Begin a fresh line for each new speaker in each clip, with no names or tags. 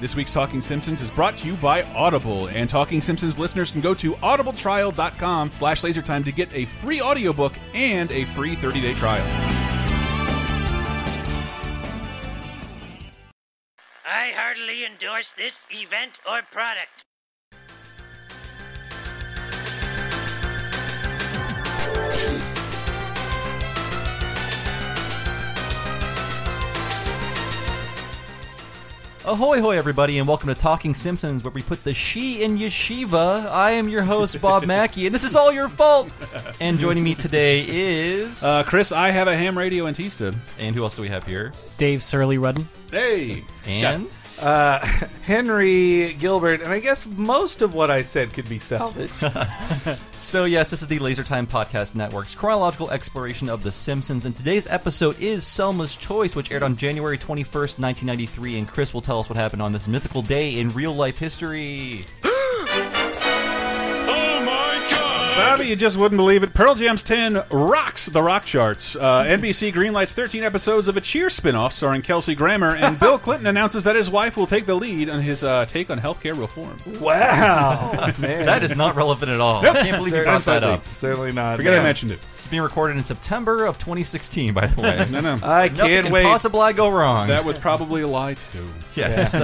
This week's Talking Simpsons is brought to you by Audible, and Talking Simpsons listeners can go to audibletrial.com slash lasertime to get a free audiobook and a free 30-day trial.
I heartily endorse this event or product.
Ahoy, hoy, everybody, and welcome to Talking Simpsons, where we put the she in yeshiva. I am your host, Bob Mackey, and this is all your fault. And joining me today is.
Uh, Chris, I have a ham radio antista.
and who else do we have here?
Dave Surly Rudden.
Hey!
And.
Henry Gilbert, and I guess most of what I said could be salvaged.
So, yes, this is the Laser Time Podcast Network's chronological exploration of The Simpsons, and today's episode is Selma's Choice, which aired on January 21st, 1993, and Chris will tell us what happened on this mythical day in real life history.
Bobby, you just wouldn't believe it. Pearl Jam's 10 rocks the rock charts. Uh, NBC greenlights 13 episodes of a Cheer spinoff starring Kelsey Grammer, and Bill Clinton announces that his wife will take the lead on his uh, take on healthcare reform.
wow, man.
That is not relevant at all. I can't believe you brought that up.
Certainly not.
Forget I
man.
mentioned it.
It's being recorded in September of 2016, by the way.
No, no.
I
Nothing
can't
can
wait.
possibly go wrong.
that was probably a lie, too.
yes. Uh,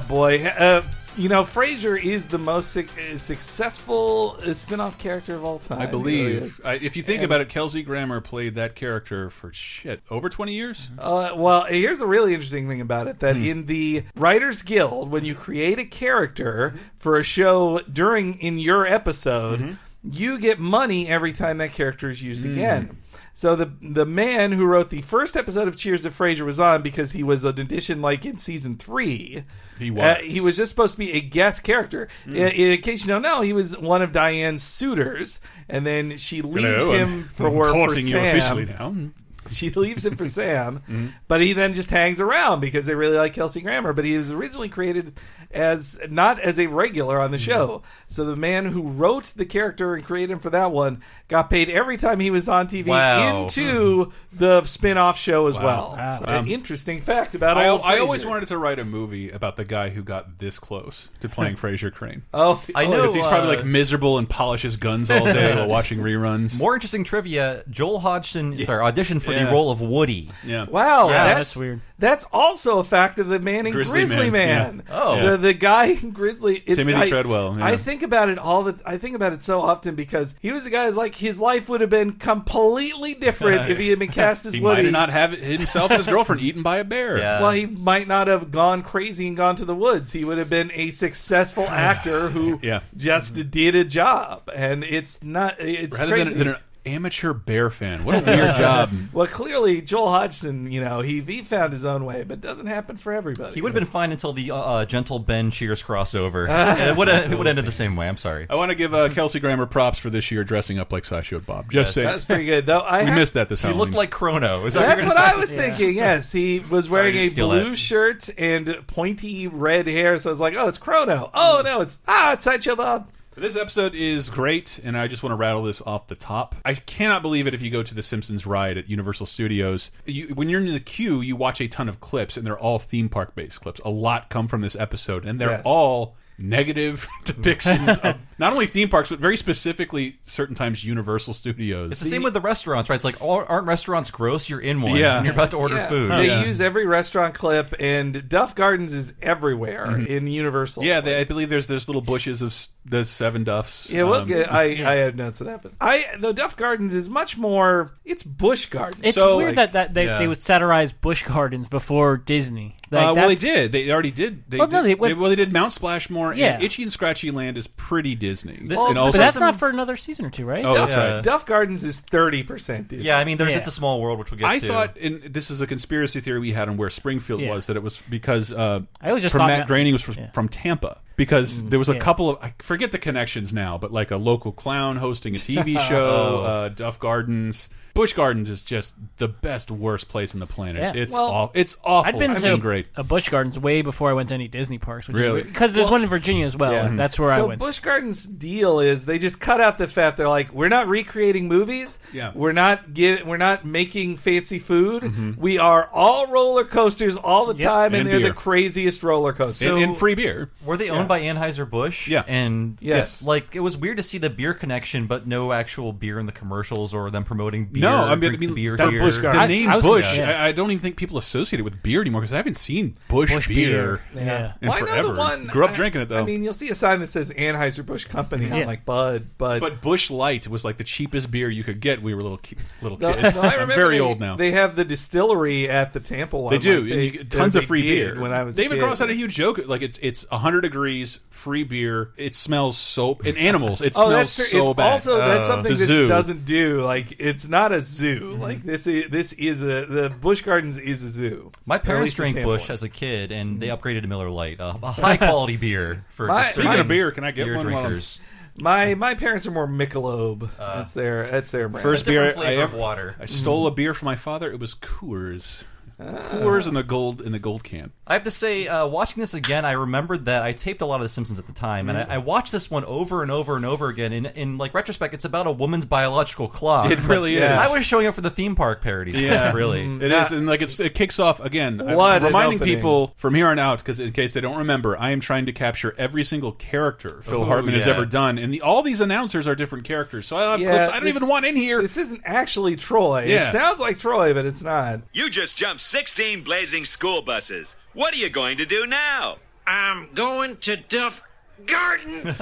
Ah, boy. Uh, you know, Frasier is the most suc uh, successful uh, spin-off character of all time.
I believe.
Really.
I, if you think about it, Kelsey Grammer played that character for shit over twenty years.
Uh, well, here's a really interesting thing about it:
Hmm.
that in the Writers Guild, when you create a character for a show during in your episode,
Mm-hmm.
you get money every time that character is
Hmm.
used again. So the the man who wrote the first episode of Cheers of Frasier was on because he was an audition like in season three.
He
Uh,
was. Hmm.
he was just supposed to be a guest character. I- In, case you don't know, he was one of Diane's suitors, and then she leaves
Hello,
him
I'm-
for
I'm
work for
courting
Sam
you officially now. Mm-hmm.
she leaves him for Sam, but he then just hangs around because they really like Kelsey Grammer. But he was originally created as not as a regular on the
Mm-hmm.
show. So the man who wrote the character and created him for that one got paid every time he was on TV
Wow.
into the spin-off show as well. So an
Mm-hmm. Um,
interesting fact about
I,
old
I always
Frasier.
wanted to write a movie about the guy who got this close to playing Fraser Crane.
Oh,
I know.
Because he's probably
uh,
like miserable and polishes guns all day while watching reruns.
More interesting trivia: Joel Hodgson sorry, auditioned for
Yeah.
the role of Woody.
yeah.
Wow,
Yeah,
that's,
that's
weird.
That's also a fact of the man in
Grizzly
Grizzly,
Man,
Man.
yeah.
Oh.
Yeah.
the, the guy in Grizzly. It's,
Timothy
I-
Treadwell, yeah.
I think about it all the. I think about it so often because he was a guy who's like his life would have been completely different if he had been cast as
He
Woody.
might not have himself and his girlfriend eaten by a bear.
Yeah.
well, he might not have gone crazy and gone to the woods. He would have been a successful actor who
Yeah. Mm-hmm.
just did a job, and it's not. It's
Rather
crazy.
than, than an amateur bear fan. What a weird job.
well, clearly Joel Hodgson, you know, he, he found his own way, but it doesn't happen for everybody.
He would have been fine until the uh, uh, Gentle Ben Cheers crossover. and it would have it would ended the same way. I'm sorry.
I want to give uh, Kelsey Grammer props for this year dressing up like Sasha and Bob. Just
Yes.
That's
saying.
pretty good, though. I
We
have-
missed that this
He
Halloween.
looked like Chrono. Is that
That's
what
what
you're
I was thinking. Yes, he was wearing
didn't
a
steal
blue
that.
shirt and pointy red hair. So I was like, "Oh, it's Chrono." Oh no, it's ah, it's Sideshow Bob.
This episode is great, and I just want to rattle this off the top. I cannot believe it if you go to the Simpsons ride at Universal Studios. You, when you're in the queue, you watch a ton of clips, and they're all theme park based clips. A lot come from this episode, and they're
Yes.
all negative depictions of not only theme parks, but very specifically certain times Universal Studios.
It's the same with the restaurants, right? It's like, all, aren't restaurants gross? You're in one.
Yeah.
And you're about to order
Yeah.
food.
They
Yeah.
use every restaurant clip, and Duff Gardens is everywhere in Universal.
yeah, they, I believe there's there's little bushes of s- the Seven Duffs.
Yeah, well,
Um,
I I have notes of that, but I the Duff Gardens is much more. It's Bush Gardens.
It's
So,
weird
like-
that, that they,
yeah.
they would satirize Bush Gardens before Disney. Like,
uh, well, they
that's-
did. They already did. They
Well, no,
did-
they went-
well, they did Mount Splashmore.
Yeah.
And Itchy and Scratchy Land is pretty Disney.
This
And
is-
But
Also
that's
some-
not for another season or two, right?
oh, that's
Yeah.
right.
Duff Gardens is thirty percent Disney.
Yeah, I mean, there's
Yeah.
it's a small world which we'll get
I
to.
thought, and this is a conspiracy theory we had on where Springfield
Yeah.
was, that it was because uh,
I always just
from
thought
Matt
that-
Groening was from,
yeah. Mm-hmm.
from Tampa because there was a
yeah.
couple of I forget the connections now, but like a local clown hosting a TV
Oh.
show, uh, Duff Gardens. Bush Gardens is just the best, worst place on the planet.
Yeah.
It's
Well,
aw- it's awful.
I'd been
I
to
mean, great.
a Bush Gardens way before I went to any Disney parks. Which
Really?
Because there's one in Virginia as well. and that's where I
so
went.
Busch Gardens' deal is they just cut out the fat. They're like, we're not recreating movies.
Yeah.
we're not gi- we're not making fancy food.
Mm-hmm.
We are all roller coasters all the time, and,
And
they're
beer.
the craziest roller coasters.
And-
So-
and free beer.
Were they owned by Anheuser Busch?
Yeah.
and
Yes.
like it was weird to see the beer connection, but no actual beer in the commercials or them promoting beer.
No, I mean,
drink
I mean
the beer
that
here.
Bush, the
I-
name
I was gonna-
Bush.
yeah.
I, I don't even think people associate it with beer anymore because I haven't seen Bush,
Busch
beer.
beer. Yeah.
in
Well, I know
forever.
the one.
Grew up
I-
drinking it though.
I mean, you'll see a sign that says Anheuser Busch Company. I'm
Yeah.
like, Bud, Bud.
but Bush Light was like the cheapest beer you could get. when We were little ki- little
No,
kids.
no, I
I'm
remember
very
they-
old now.
They have the distillery at the Tampa one.
They do,
Like,
and
they-
you get tons
they
of free
beard
beer.
When I was a
David
kid.
Cross had a huge joke, like it's it's hundred degrees, free beer. It smells so and animals. It
Oh,
smells
that's true.
so
it's
bad.
also that's
Uh,
something
It's a
this
zoo.
doesn't do. Like it's not a zoo.
Mm-hmm.
Like this is this is a the Bush Gardens is a zoo.
My
Or at
parents
least the
drank
Tampa
Bush
one.
as a kid, and they
Mm-hmm.
upgraded to Miller Lite, a, a high quality beer for
My-
discerning
Speaking of
beer, can I get
beer
one while I'm-
drinkers?
My my parents are more Michelob. that's their that's their brand.
Uh, First
A different
beer
flavor
I
of
ever-
water.
I stole a beer from my father. It was Coors.
Ah.
Coors in the gold in the gold can.
I have to say, uh, watching this again, I remembered that I taped a lot of The Simpsons at the time, and
Mm-hmm.
I, I watched this one over and over and over again. In, in like retrospect, it's about a woman's biological clock.
It really
But
is.
I was showing up for the theme park parody stuff.
Yeah.
Really,
It is, and like it's, it kicks off again.
Mm. What
I'm
an
reminding
opening.
people from here on out, because in case they don't remember, I am trying to capture every single character Phil
Oh,
Hartman has
yeah.
ever done, and the, all these announcers are different characters. So I have
Yeah,
clips I don't
this-
even want in here.
This isn't actually Troy.
Yeah.
It sounds like Troy, but it's not.
You just jumped 16 blazing school buses. What are you going to do now?
I'm going to Duff Gardens.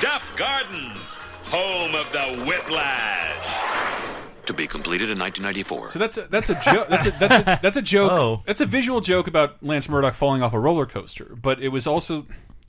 Duff Gardens, home of the whiplash.
to be completed in 1994.
So that's a, that's a joke. That's a, that's a, that's a joke.
Oh.
That's a visual joke about Lance Murdoch falling off a roller coaster. But it was also,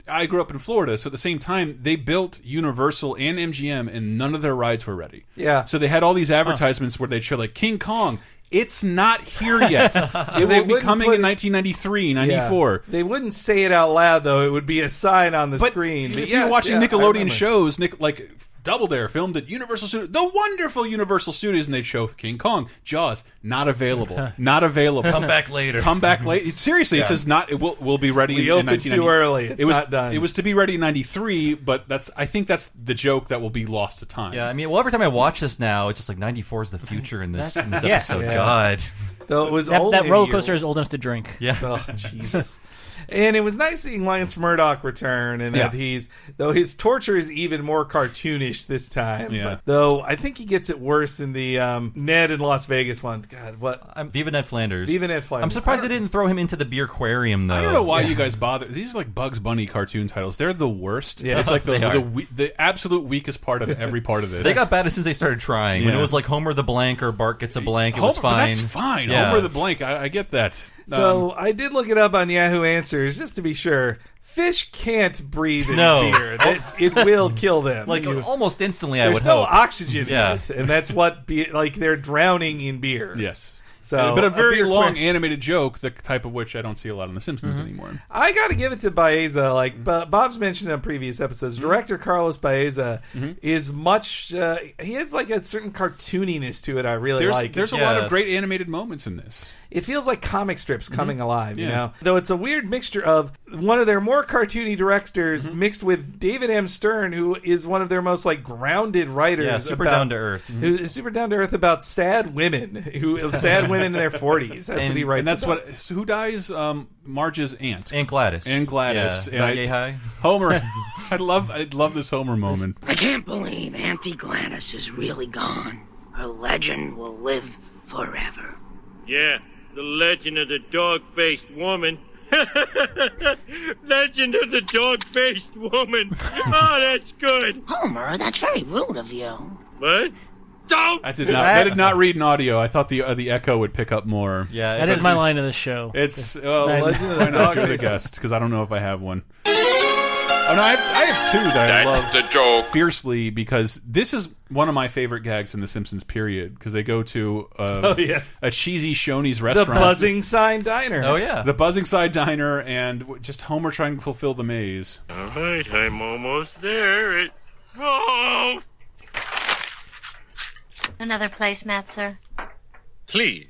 I grew up in Florida, so at the same time they built Universal and MGM, and none of their rides were ready.
Yeah.
So they had all these advertisements where they'd show like King Kong. It's not here yet. it
They
will be
wouldn't
coming
put
in
it-
1993,
Yeah.
94.
They wouldn't say it out loud though. It would be a sign on the
But
screen. But
if
yes,
you're watching
yeah, I
Nickelodeon
remember.
shows, Nick like Double Dare filmed at Universal Studios, the wonderful Universal Studios, and they show King Kong, Jaws, not available, not available.
come back later.
come back late. Seriously, it says not. It will will be ready.
We
in, in
opened
1990.
too early. It's
it was
not done.
It was to be ready in '93, but that's. I think that's the joke that will be lost to time.
Yeah, I mean, well, every time I watch this now, it's just like '94 is the future in this, in this
Yes.
episode.
Yeah.
God,
Though it was
that,
only
that
a
roller
year
coaster is old enough to drink.
yeah.
Oh Jesus! And it was nice seeing Lance Murdoch return, and that
Yeah.
he's though his torture is even more cartoonish this time.
Yeah.
But, though I think he gets it worse in the um, Ned in Las Vegas one. God, what?
I'm, Viva Ned Flanders.
Viva Ned Flanders.
I'm surprised they didn't throw him into the beer aquarium though.
I don't know why you guys bother. These are like Bugs Bunny cartoon titles. They're the worst.
Yeah.
it's like the
They are.
the, we, the absolute weakest part of every part of this.
They got bad as soon as they started trying. When
Yeah.
it was like Homer the Blank or Bart gets a blank, it was
Homer- but
fine.
That's fine.
Yeah.
Homer the blank. I, I get that. Um,
So I did look it up on Yahoo Answers just to be sure. Fish can't breathe in
No.
beer;
Oh.
that, it will kill them.
like almost instantly, I
there's
would
no
hope.
oxygen
Yeah.
in it, and that's what be, like they're drowning in beer.
yes. Uh,
So,
but a
a
very
beer
long
aquarium-
animated joke, the type of which I don't see a lot on The Simpsons anymore.
I got to give it to Baeza.
Mm-hmm.
Like Bo- Bob's mentioned on previous episodes, director Carlos Baeza
Mm-hmm.
is much. Uh, he has like a certain cartooniness to it. I really
There's
like.
there's a lot
yeah.
of great animated moments in this.
it feels like comic strips coming alive. You
Mm-hmm. Yeah.
know, though it's a weird mixture of one of their more cartoony directors
Mm-hmm.
mixed with David M. Stern, who is one of their most like grounded writers.
Yeah, super
about-
down to earth.
Who is super down to earth about sad women, who sad women in their forties. That's what he writes.
and that's
about.
what so who dies um marge's aunt
And Gladys.
And Gladys.
Yeah.
And
About yay high.
homer i love i love this homer moment
I can't believe Auntie Gladys is really gone. Her legend will live forever.
Yeah, the legend of the dog faced woman. legend of the dog faced woman. Oh, that's good.
Homer, that's very rude of you.
What? don't.
That did not. That did not read in audio. I thought the uh, the echo would pick up more.
Yeah,
That
it's-
is my line of the show.
It's well,
Nine.
Legend of the
why
Dog
not do the
Days.
guest? Because I don't know if I have one. Oh no, I have, I have two that I love
the joke.
fiercely because this is one of my favorite gags in The Simpsons. Period. Because they go to uh,
Oh, yes.
a cheesy Shoney's
The
restaurant.
buzzing sign diner.
Oh yeah.
The buzzing side diner and w- just Homer trying to fulfill the maze.
All right, I'm almost there. It. Oh,
Another placemat, sir?
please.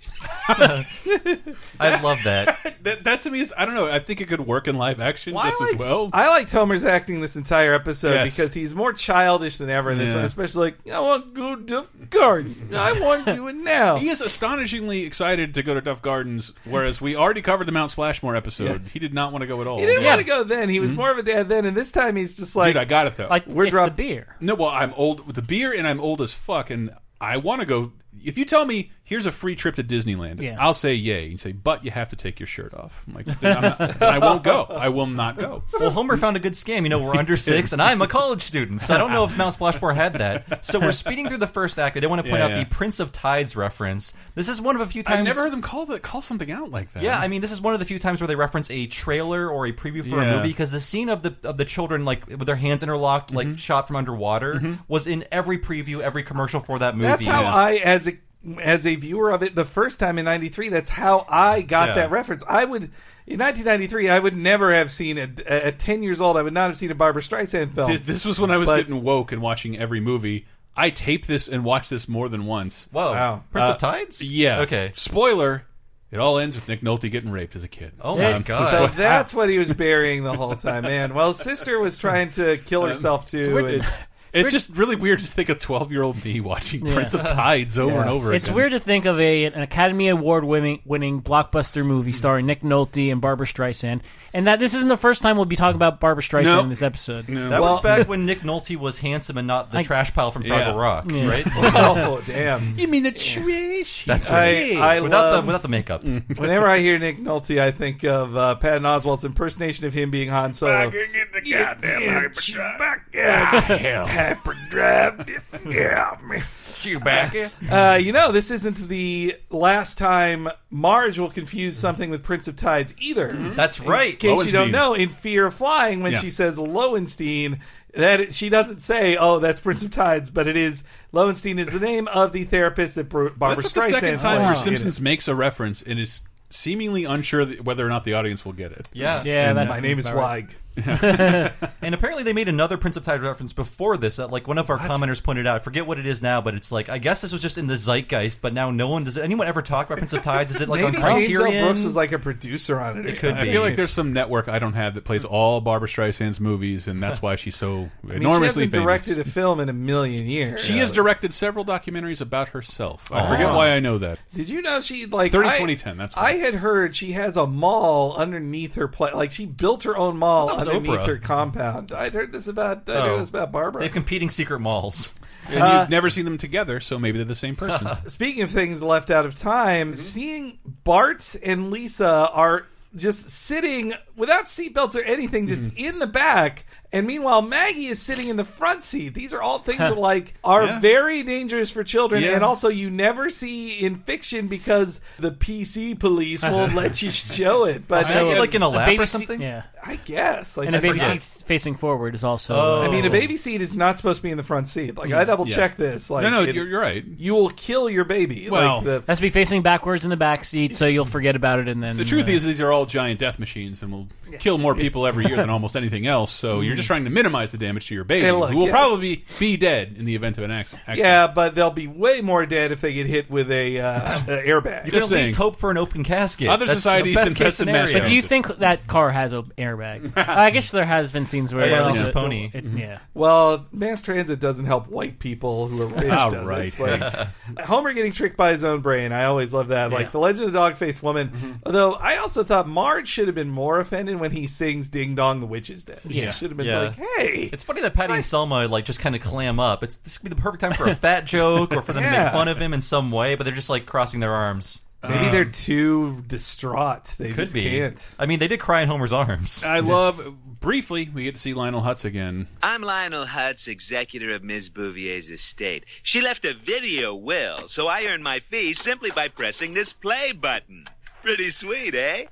I love that.
That, that to me is I don't know. I think it could work in live action
Well, I
just as
liked-
well.
I liked Homer's acting this entire episode
Yes.
because he's more childish than ever in this
Yeah.
one, especially like, I want to go to the garden. I want to do it now.
He is astonishingly excited to go to Duff Gardens, whereas we already covered the Mount Splashmore episode. He did not want to go at all.
He didn't want to go then. He was more of a dad then, and this time he's just like,
Mm-hmm. Dude, I got it though.
like
we're
it's
drop-
the beer.
no, well, I'm old with the beer, and I'm old as fuck, and I want to go. If you tell me here's a free trip to Disneyland,
Yeah.
I'll say yay. You say, but you have to take your shirt off. I'm like, then I'm not- then I won't go. I will not go.
Well, Homer found a good scam. You know, we're under six, and I'm a college student, so I don't know if Mount Splashmore had that. So we're speeding through the first act. I did want to point
Yeah,
out
yeah.
the Prince of Tides reference. This is one of a few times.
I've never heard them call that call something out like that.
Yeah, I mean, this is one of the few times where they reference a trailer or a preview for
Yeah.
a movie because the scene of the of the children like with their hands interlocked,
Mm-hmm.
like shot from underwater, was in every preview, every commercial for that movie.
that's how I, as a as a viewer of it the first time in 93 that's how i got
Yeah.
that reference i would in 1993 i would never have seen a, at 10 years old i would not have seen a barbara streisand film
Th- this was when I was
But-
getting woke and watching every movie. I taped this and watched this more than once.
Whoa,
Wow.
Prince
Uh,
of Tides.
Yeah.
Okay.
Spoiler: It all ends with Nick Nolte getting raped as a kid.
Oh my
Um,
god.
so that's what he was burying the whole time man well sister was trying to kill
Um,
herself too
weird-
and-
It's it's just really weird to think of twelve year old me watching
Yeah.
Prince of Tides over and over.
It's
again.
weird to think of a an Academy Award winning, winning blockbuster
Mm-hmm.
movie starring Nick Nolte and Barbara Streisand, and that this isn't the first time we'll be talking about Barbara Streisand
No.
in this episode.
That
Well-
was back when Nick Nolte was handsome and not the
I-
trash pile from Fraggle
Yeah.
Rock, right?
oh damn
You mean the trash?
That's
I-
right.
I
without
love- Mm.
the without the makeup.
Whenever I hear Nick Nolte, I think of uh, Patton Oswalt's impersonation of him being Han Solo.
Goddamn
Uh, you know, this isn't the last time Marge will confuse something with Prince of Tides either.
That's right.
In case you don't
Mm-hmm. Lowenstein.
know, in Fear of Flying, when
Yeah.
she says Lowenstein, that she doesn't say, "Oh, that's Prince of Tides," but it is Lowenstein is the name of the therapist that Br- Barbara
That's
Streisand.
the second time
plays.
where Simpsons makes a reference and is seemingly unsure that whether or not the audience will get it.
Yeah.
Yeah, that's
My name is Weig.
And apparently they made another Prince of Tides reference before this. That, like one of our commenters pointed out, I forget what it is now, but it's like I guess this was just in the zeitgeist. But now no one does. Anyone ever talk about Prince of Tides? Is it like
Maybe
on
James L.
Criterion?
Brooks was like a producer on it. Or
It could
something.
I feel like there's some network I don't have that plays all Barbara Streisand's movies, and that's why she's
I
so
mean, she
enormously
hasn't
famous.
directed a film in a million years.
She has directed several documentaries about herself.
Oh.
I forget why I know that.
Did you know she like
30,
I-
2010, that's
I
right.
had heard she has a mall underneath her place. Like she built her own mall
was
underneath
Oprah.
her compound. I'd heard this about. I
Oh.
knew this about Barbara.
They have competing secret malls.
And
Uh,
you've never seen them together, so maybe they're the same person.
Speaking of things left out of time,
Mm-hmm.
seeing Bart and Lisa are just sitting without seatbelts or anything, just
Mm-hmm.
in the back. And meanwhile, Maggie is sitting in the front seat. These are all things that like are
Yeah.
very dangerous for children,
Yeah.
and also you never see in fiction because the PC police won't let you show it.
Is
But
Maggie like in a
A
lap
baby
or
seat-
something?
yeah,
I guess, like,
and a
I
baby
forget.
seat facing forward is also.
Oh.
uh,
I mean, a baby seat is not supposed to be in the front seat. Like I double check this. Like
Mm. no, no,
it-
you're, you're right.
you will kill your baby.
Well,
like the,
has to be facing backwards in the back seat, so you'll forget about it, and then
The truth
uh,
is, these are all giant death machines and will kill more people every year than almost anything else. So you're just trying to minimize the damage to your baby,
Mm. Hey, look,
who will
yes.
probably be dead in the event of an acc- accident.
Yeah, but they'll be way more dead if they get hit with a uh, uh, airbag.
Yeah.
You can
Just
at least
saying.
hope for an open casket.
Other
That's
societies
the best
invest
case
in that
scenario.
shit.
Do you think that car has an airbag? I guess there has been scenes where
Oh, yeah,
uh,
at least his
it-
pony.
it- yeah,
Well, mass transit doesn't help white people who are rich.
All
does
right,
it? It's Like, Homer getting tricked by his own brain. I always love that. Like the Legend of the Dog Faced Woman. Although I also thought Marge should have been more offended when he sings "Ding Dong, the Witch is Dead."
Yeah.
She should have been
Yeah.
like, "Hey,
It's funny that Patty and Selma like just kind of clam up. It's this could be the perfect time for a fat joke or for them to
Yeah.
make fun of him in some way, but they're just like crossing their arms.
Maybe
Um,
they're too distraught. They just can't.
I mean, they did cry in Homer's arms.
I love. Briefly, we get to see Lionel Hutz again.
I'm Lionel Hutz, executor of Ms. Bouvier's estate. She left a video will, so I earn my fee simply by pressing this play button. Pretty sweet, eh?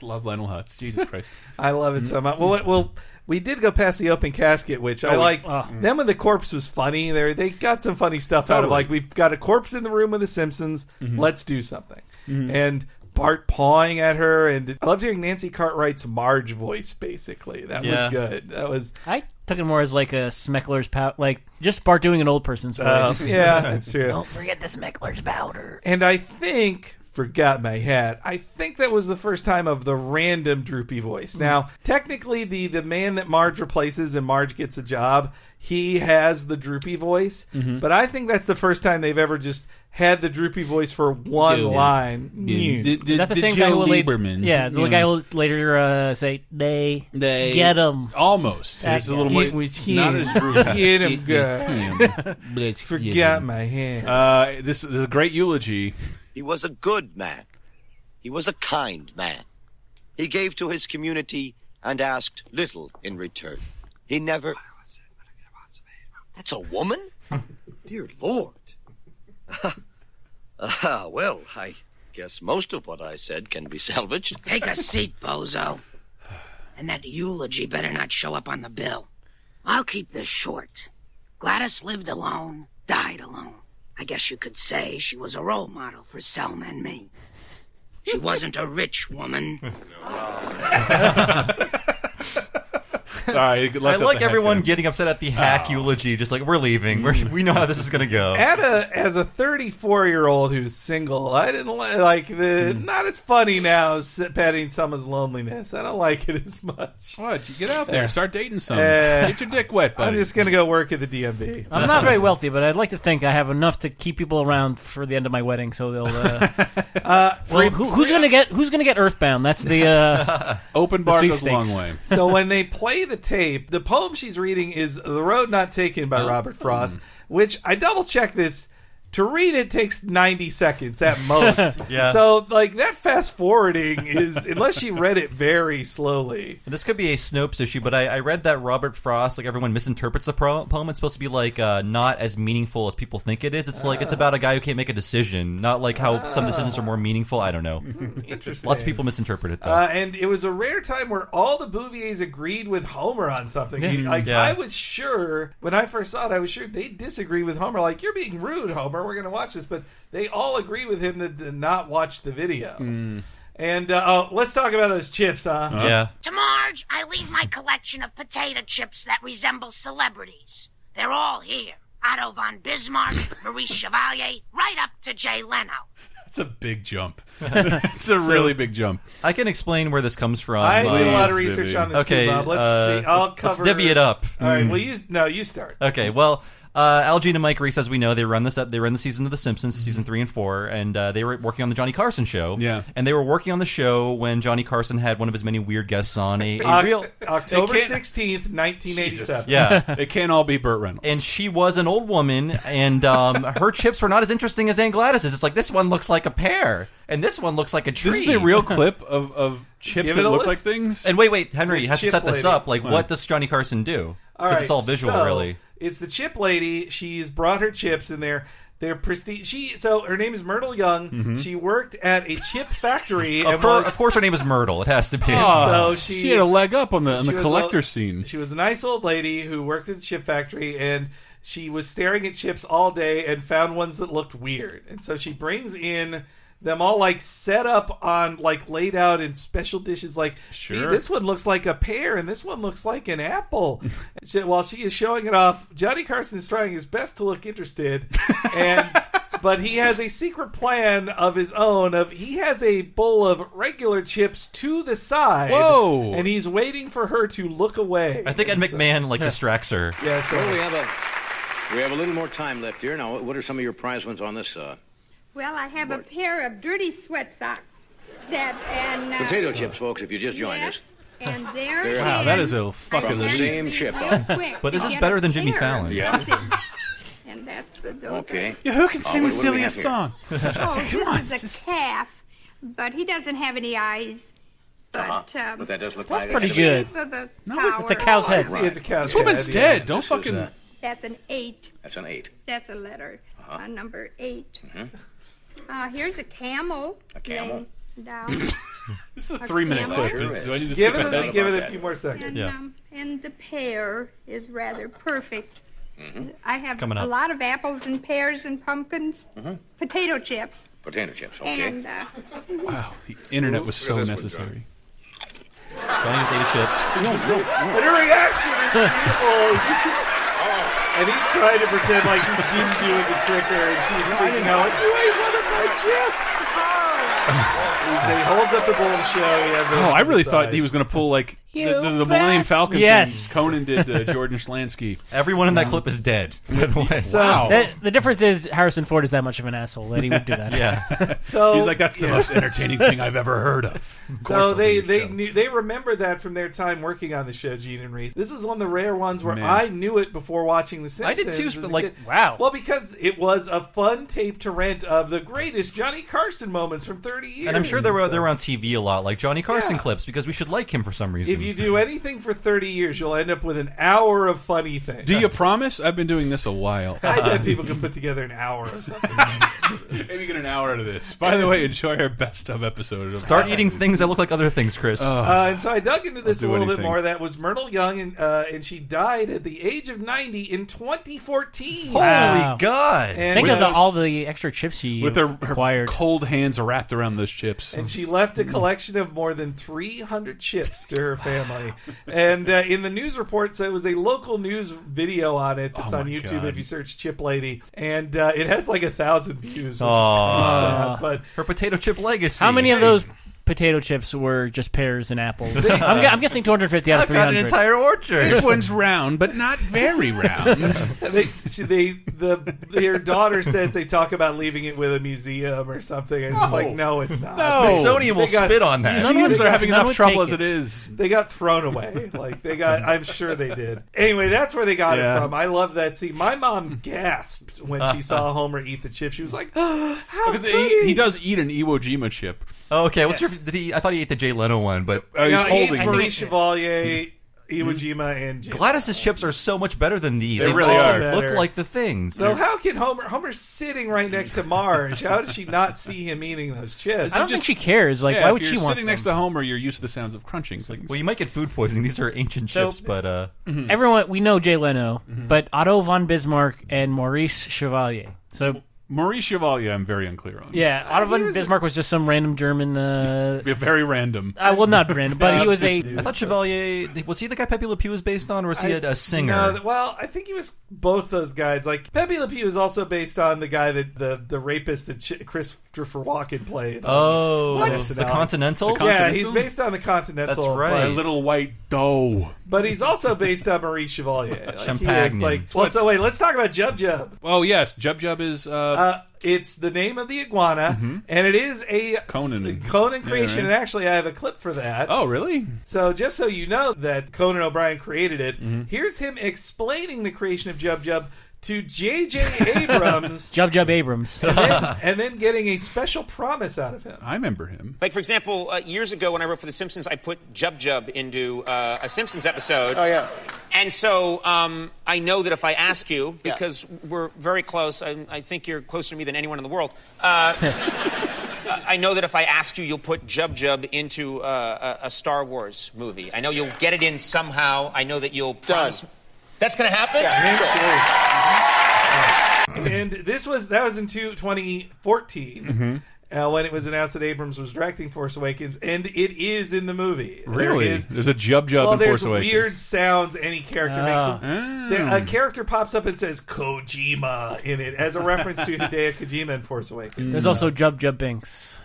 Love Lionel Hutz. Jesus Christ.
I love
Mm.
it so much. Well, what- well, we did go past the open casket, which I
Oh, we-
liked.
oh.
Then when the corpse was funny, they they got some funny stuff out of
Totally.
like
Mm-hmm.
we've got a corpse in the room with the Simpsons. Let's do something. And Bart pawing at her, and I loved hearing Nancy Cartwright's Marge voice. Basically, that
Yeah.
was good. That was
I took it more as like a Smeckler's pow- like just Bart doing an old person's
Oh,
voice.
yeah, that's true.
Don't forget the Smeckler's powder.
And I think forgot my hat. I think that was the first time of the random droopy voice. Now, technically the the man that Marge replaces and Marge gets a job, he has the droopy voice,
Mm-hmm.
Mhm.
but I think that's the first time they've ever just had the droopy voice for one
Yeah.
line.
Yeah.
New.
Did- did- Is that the did same guy Joe who laid- Lieberman, yeah, the you guy know. who later uh, say they
They
get him
almost. It was a little more-
It was
not
him.
as brutal.
Hit him
It was
good.
him.
Forgot my hand.
Uh, this, this is a great eulogy.
He was a good man. He was a kind man. He gave to his community and asked little in return. He never. That's a woman? Dear Lord. Ah, well, I guess most of what I said can be salvaged.
Take a seat, bozo. And that eulogy better not show up on the bill. I'll keep this short. Gladys lived alone, died alone. I guess you could say she was a role model for Selma and me. She wasn't a rich woman.
Sorry,
I like everyone getting upset at the hack
Oh.
eulogy, just like we're leaving. We're,
Mm.
we know how this is going to go.
At a, as a 34 year old who's single, I didn't li- like the
Hmm.
not as funny now s- patting someone's loneliness. I don't like it as much.
What? You get out there, start dating someone.
Uh,
get your dick wet, buddy.
I'm just gonna go work at the DMV.
I'm not very wealthy, but I'd like to think I have enough to keep people around for the end of my wedding. So they'll. Uh, well, who, who's gonna get who's gonna get Earthbound? That's the uh,
open
the
bar goes a
sweepstakes.
long way.
so when they play the tape, the poem she's reading is "The Road Not Taken" by Robert Frost, which I double checked this. To read it takes 90 seconds at most.
Yeah.
So like that fast forwarding is unless she read it very slowly.
And this could be a Snopes issue, but I, I read that Robert Frost, like everyone misinterprets the pro- poem. It's supposed to be like uh, not as meaningful as people think it is. It's like
Oh.
it's about a guy who can't make a decision, not like how some decisions are more meaningful. I don't know.
Interesting.
Lots of people misinterpret it though.
Oh. Uh, and it was a rare time where all the Bouviers agreed with Homer on something.
Yeah.
Like
Yeah.
I was sure when I first saw it, I was sure they disagree with Homer. Like you're being rude, Homer. We're going to watch this, but they all agree with him that did not watch the video.
Hmm.
And uh, oh, let's talk about those chips, huh?
Yeah.
To Marge, I leave my collection of potato chips that resemble celebrities. They're all here. Otto von Bismarck, Marie Chevalier, right up to Jay Leno.
That's a big jump. it's a really big jump.
I can explain where this comes from.
I did a lot of
Uh,
research on this
okay,
too, Bob. Let's
uh,
see. I'll
let's
cover.
divvy it up.
All right.
Mm.
Well, you no, you start.
Okay, well, uh, Al Jean and Mike Reese, as we know, they run this up. They run the season of The Simpsons, season three and four, and uh, they were working on the Johnny Carson show. Yeah, and they were working on the show when Johnny Carson had one of his many weird guests on a, a
Oc-
real.
October
They can't-
sixteenth, nineteen eighty-seven.
Yeah,
it can't all be Burt Reynolds.
And she was an old woman, and um, her chips were not as interesting as Aunt Gladys's. It's like this one looks like a pear, and this one looks like a tree.
This is a real clip of, of chips that look like things.
And wait, wait, Henry has to
Chip
set this
lady.
up. Like,
Huh.
what does Johnny Carson do?
All
Because
right,
it's all visual,
so,
really.
It's the chip lady. She's brought her chips in there. They're pristine. She so her name is Myrtle Young.
Mhm.
She worked at a chip factory.
Of,
and
cour-
was-
of course, her name is Myrtle. It has to be.
Uh,
so she,
up
she
on
was a- She was a nice old lady who worked at the chip factory, and she was staring at chips all day and found ones that looked weird. And so she brings in them all like set up on like laid out in special dishes. Like, see,
Sure.
this one looks like a pear, and this one looks like an apple. she, while she is showing it off, Johnny Carson is trying his best to look interested, and. But he has a secret plan of his own. Of he has a bowl of regular chips to the side.
Whoa.
And he's waiting for her to look away.
I think Ed McMahon like distracts her.
Yeah, so-
Well, we have a we have a little more time left here. Now, what are some of your prize ones on this uh,
Well, I have a pair of dirty sweat socks that and uh,
potato chips, folks? If you just joined
yes, and there.
us.
is-
from the same chip.
Real quick
but this
to
is
get
better
a
than Jimmy
pair.
Fallon.
Yeah.
And that's that does
Okay.
Yeah, who can
Oh,
sing
wait,
the
what do we have
silliest
here?
song?
that. Oh, this is a calf, but he doesn't have any eyes. But
Uh-huh.
um,
but that does look
that's
like
pretty
it.
good. of a
No,
tower.
It's- it's a cow's
This woman's
head, yeah.
dead. Don't
This is,
fucking.
uh,
That's an eight.
That's an eight.
That's a letter.
Uh-huh.
A number eight.
hmm
Uh, here's a camel.
A camel?
named Down.
this is a three-minute clip. Is- Do I need to
Give
skip
it a-
ahead?
give it a few more seconds.
And,
Yeah.
um, and the pear is rather perfect.
Mhm.
I
It's
have
coming
a
up.
lot of apples and pears and pumpkins,
Mhm.
potato chips,
Potato chips. Okay.
and uh,
Wow, the internet was so necessary.
Johnny's ate a chip.
But her reaction is beautiful. and he's trying to pretend like he didn't do the tricker, and she's freaking out like, "You ate one of my chips!" He holds up the bowl and show.
Oh, I really thought he was going to pull like the,
You
the, the Millennium
bastard.
Falcon. thing
Yes.
Conan did uh, Jordan Schlansky.
Everyone in that clip is dead. By the way,
Wow.
The, the difference is Harrison Ford is that much of an asshole that he would do that.
yeah.
So-
he's like, that's the
yeah.
most entertaining thing I've ever heard of. Of course
So
I'll
they
do your
they
job.
knew they remember that from their time working on the show, Gene and Reese. This was one of the rare ones where
Man.
I knew it before watching The
I
Simpsons.
did too,
as a
but like,
kid.
wow.
Well, because it was a fun tape to rent of the greatest Johnny Carson moments from thirty years.
And I'm sure they were
so-
they were on TV a lot, like Johnny Carson
Yeah.
clips, because we should like him for some reason.
If you do anything for 30 years, you'll end up with an hour of funny things.
Do you promise? I've been doing this a while.
I bet people can put together an hour or something.
Maybe get an hour out of this. By the way, enjoy our best of episode. Of
Start eating things that look like other things, Chris.
Uh, and so I dug into this a
I'll do
little bit
anything.
more. That was Myrtle Young, and uh, and she died at the age of 90 in 2014.
Wow.
God!
And
Think of the,
those-
all the extra chips you
with her, her
acquired.
cold hands wrapped around those chips.
And she left a collection of more than 300 chips to her family. And uh, in the news report, so it was a local news video on it that's
Oh
on
my
YouTube
God.
if you search Chip Lady. And uh, it has like a thousand views, which is kind
Aw.
of sad. But
Her potato chip legacy.
How many of those potato chips were just pears and apples? I'm, gu- I'm guessing 250 out of
I've got an
300.
entire orchard.
this one's round, but not very round.
they, she- they the their daughter says they talk about leaving it with a museum or something. I'm just like, no, it's not.
Smithsonian will
They got-
spit on that.
Museums are having
none
enough
would
trouble
take
as it is.
They got thrown away. Like they got, I'm sure they did. Anyway, that's where they got
Yeah.
it from. I love that scene. My mom gasped when she saw Homer eat the chip. She was like, "Ah, "How
Because
could
he, he
he?"
does eat an Iwo Jima chip.
Oh, okay, what's your? Did he? I thought he ate the Jay Leno one, but
Uh, he's
No, he eats
holding. Mm-hmm.
I
Marie
think-
Chevalier, Iwo Jima, and Jim.
Gladys's chips are so much better than these.
They really
look-
are.
Look
Better.
like the things.
so how can Homer? Homer's sitting right next to Marge. How did she not see him eating those chips?
I don't
just-
think she cares. Like,
Yeah,
why
if
would
you're
she want
sitting next to Homer? You're used to the sounds of crunching.
Like,
things.
well, you might get food poisoning. These are ancient
So-
chips, but uh,
Everyone, we know Jay Leno,
Mm-hmm.
but Otto von Bismarck and Maurice Chevalier. So,
Maurice Chevalier, I'm very unclear on.
yeah, Otto von Bismarck was just some random German. Uh,
Be very random.
uh, well, not random, but he was a.
I thought Chevalier was he the guy Pepe Le Pew was based on, or was he a, a singer?
No, th- well, I think he was both those guys. Like Pepe Le Pew is also based on the guy that the the rapist that Ch- Christopher Walken played.
oh,
What?
the Continental.
The
yeah,
Continental?
he's based on the Continental.
That's right.
A
But,
little white dough.
but he's also based on Marie Chevalier. Like, he is,
Champagne.
like, well, so wait, let's talk about Jub Jub.
Oh yes, Jub Jub is uh,
Uh, it's the name of the iguana, and it is a
Mm-hmm. Conan.
Conan creation.
Yeah, right.
And actually, I have a clip for that.
Oh really?
So just so you know that Conan O'Brien created it,
Mm-hmm.
here's him explaining the creation of Jub Jub to J.J. Abrams
Jub Jub Abrams.
and then getting a special promise out of him.
I remember him.
Like, for example, uh, years ago when I wrote for The Simpsons, I put Jub Jub into uh, a Simpsons episode. Oh, yeah. And so um, I know that if I ask you, because we're very close, I, I think you're closer to me than anyone in the world. Uh, I know that if I ask you, you'll put Jub Jub into uh, a, a Star Wars movie. I know you'll get it in somehow. I know that you'll promise. That's going to happen?
And this was that was in two, 2014
Mm-hmm.
uh, when it was announced that Abrams was directing Force Awakens, and it is in the movie. There
Really?
is-
There's a Jub Jub
well,
in
there's
Force Awakens.
weird sounds any character makes.
Ah.
So there- a character pops up and says Kojima in it as a reference to Hideo Kojima in Force Awakens.
There's also Jub Jub Binks.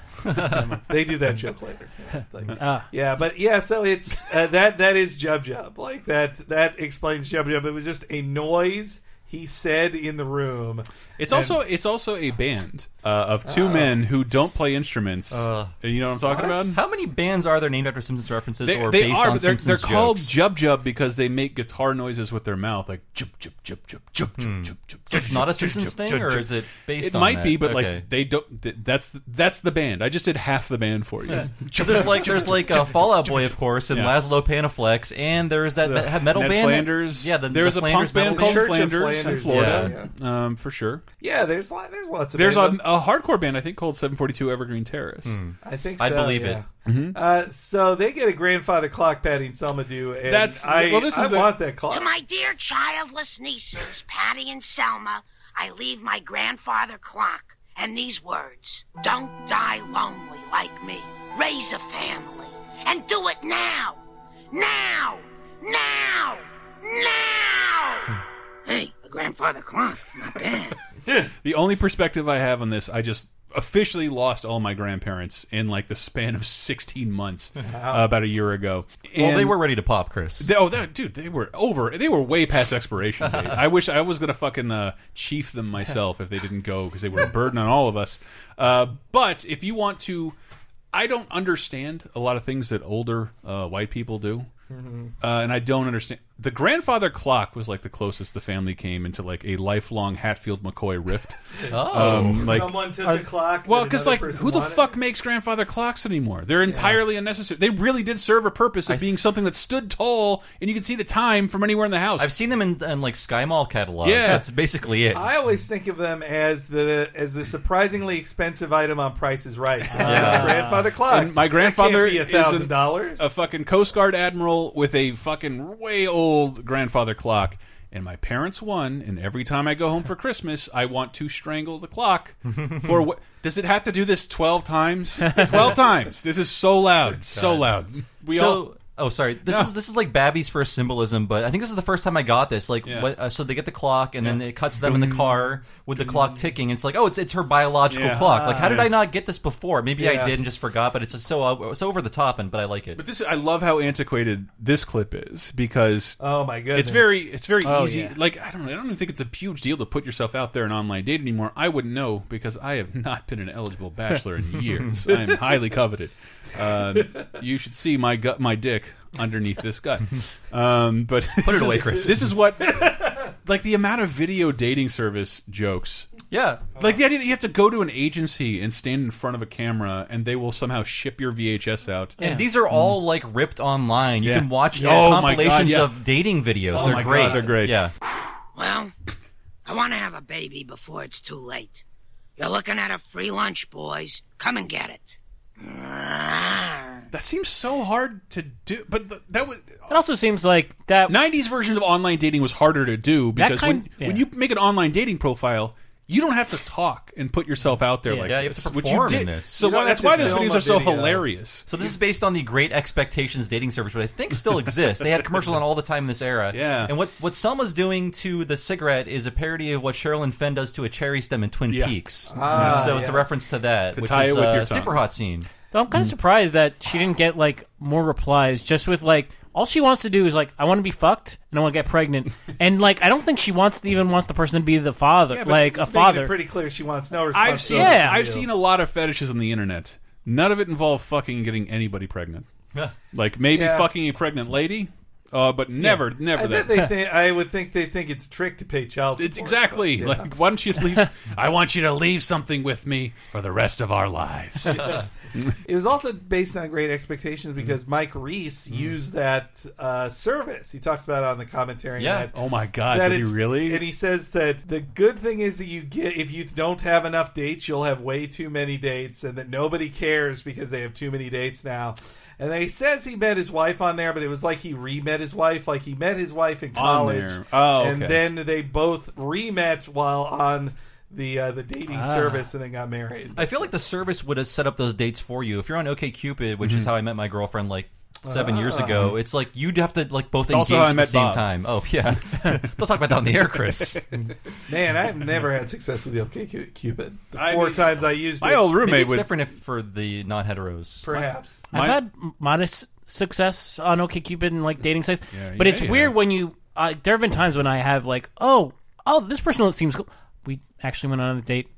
They do that joke later. Yeah, like-
Ah.
yeah, but yeah, so it's uh, that that is Jub Jub. Like that that explains Jub Jub. It was just a noise he said in the room.
It's
And-
also it's also a band uh, of two
Oh.
men who don't play instruments. you know what I'm talking
uh, What?
about?
How many bands are there named after Simpsons references
They,
or
they
based
are.
on
but they're, they're
Simpsons
called
jokes?
Jub Jub because they make guitar noises with their mouth, like Jub Jub Jub Jub Jub Jub Jub. Jub,
Hmm. So it's
Jub,
not a
Jub,
Simpsons
Jub,
thing,
Jub,
or
Jub.
is it based
It
on
might
that?
be, but
Okay.
like they don't. th- That's the- that's the band. I just did half the band for you.
Yeah. 'Cause there's like there's like uh, Fallout Boy, of course, and
Yeah.
Laszlo Panaflex, and there's that
The-
me- metal
Ned
band. that-
Flanders.
yeah, the,
there was
the
a
Flanders
punk band
metal
called
band.
Flanders, in Florida,
Yeah.
um, for sure.
Yeah, there's li- there's lots of
There's
bands.
a, a hardcore band I think called 742 Evergreen Terrace.
Hmm.
I think so, yeah.
Mm-hmm.
Uh, so they get a grandfather clock. Patty and Selma do. And
That's-
I,
well, this is
I
the-
want that clock.
To my dear childless nieces, Patty and Selma, I leave my grandfather clock and these words Don't die lonely like me. Raise a family and do it now. Now! Now! Now! hey, a grandfather clock. Not bad.
the only perspective I have on this, I just officially lost all my grandparents in like the span of 16 months
Wow.
uh, about a year ago.
Well, they were
ready to pop, Chris. oh, that, dude, they were over. They were way past expiration date. I wish I was gonna fucking uh, chief them myself if they didn't go because they were a burden on all of us. Uh, but if you want to, I don't understand a lot of things that older uh, white people do.
Mhm.
Uh, and I don't understand. The grandfather clock was like the closest the family came into like a lifelong Hatfield McCoy rift.
Oh.
Um, like
Someone took the clock.
Well,
that
because
another
like
person
who the
wanted.
fuck makes grandfather clocks anymore? They're entirely unnecessary. They really did serve a purpose of being something that stood tall and you could see the time from anywhere in the house. I've
seen them in, in like Sky Mall catalogs.
Yeah.
That's basically it.
I always think of them as the as the surprisingly expensive item on Price is Right.
Yeah.
It's grandfather clock.
And my grandfather
that can't be a
is
thousand
an-
dollars.
a fucking Coast Guard admiral with a fucking way old grandfather clock. And my parents won. And every time I go home for Christmas, I want to strangle the clock. For what? Does it have to do this twelve times? Twelve times. This is so loud, so
God.
loud. We
so,
all.
Oh, sorry. This
No.
is this is like Babby's first symbolism, but I think this is the first time I got this. Like,
Yeah.
what, uh, so they get the clock, and then it cuts them in the car with the clock ticking. It's like, oh, it's it's her biological
Mm. Yeah.
clock. Like, how did
Yeah.
I not get this before? Maybe
Yeah.
I did and just forgot. But it's just so uh, it's over the top, and but I like it.
But this, I love how antiquated this clip is because
oh my goodness,
it's very it's very
Oh,
easy.
yeah.
Like I don't I don't even think it's a huge deal to put yourself out there and online date anymore. I wouldn't know because I have not been an eligible bachelor in years. I am highly coveted. Um, you should see my gut, my dick underneath this gut. Um, but
Put it away,
this is-
Chris.
This is what like the amount of video dating service jokes.
Yeah,
like the idea that you have to go to an agency and stand in front of a camera, and they will somehow ship your VHS out.
And these are all like ripped online. You
Mm. Yeah.
can watch the
Oh, my God,
compilations
yeah.
of dating videos.
Oh,
they're
my God,
great.
they're great.
Yeah.
Well, I want to have a baby before it's too late. You're looking at a free lunch, boys. Come and get it.
That seems so hard to do, but th that was
It also seems like that
'90s version of online dating was harder to do
That
because
kind-
when,
yeah.
when you make an online dating profile, you don't have to talk and put yourself out there like
yeah, you have
this,
to
which
perform
you
in
did.
this.
So why- that's why those videos are so hilarious.
So this is based on the Great Expectations dating service, which I think still exists. They had a commercial on all the time in this era.
Yeah.
And what what Selma's doing to the cigarette is a parody of what Sherilyn Fenn does to a cherry stem in Twin Peaks.
Ah,
so it's a
yes.
reference to that,
To
which
tie
is
it with
uh,
your tongue.
super hot scene.
Though I'm kind
Hmm.
of surprised that she didn't get like more replies. Just with like all she wants to do is like I want to be fucked and I want to get pregnant, and like I don't think she wants to even wants the person to be the father,
Yeah, but
like a
she's making it
father.
pretty clear she wants no responsibility.
I've seen
Yeah.
I've seen a lot of fetishes on the internet. None of it involved fucking getting anybody pregnant.
Yeah.
Like maybe
Yeah.
fucking a pregnant lady, uh, but never, never
I bet
that.
they think, I would think they think it's a trick to pay child support.
It's exactly
but, yeah.
like why don't you leave? I want you to leave something with me for the rest of our lives.
it was also based on Great Expectations because Mike Reese used that uh, service. He talks about it on the commentary.
Yeah.
That,
Oh my God,
that
did he
it's-
really?
And he says that the good thing is that you get if you don't have enough dates, you'll have way too many dates, and that nobody cares because they have too many dates now. And then he says he met his wife on there, but it was like he re-met his wife. Like he met his wife in
On
college,
there. Oh,
and
okay.
then they both remet while on the uh, the dating
Ah.
service, and then got married.
I feel like the service would have set up those dates for you. If you're on OKCupid, which is
Mhm.
how I met my girlfriend like seven
Ah.
years ago, it's like you'd have to like both
It's also
engage
how I
at the
met
same
Bob.
time. Oh yeah, don't talk about that on the air, Chris.
Man, I've never had success with the OKCupid. Cupid. The
I
four
mean,
times I used it,
Maybe it's different if for the non heteros.
Perhaps.
I've had m- modest success on OkCupid and like dating sites,
Yeah,
but
yeah,
it's
you
weird when you. Uh, there have been times when I have like, oh, oh, this person seems cool. We actually went on a date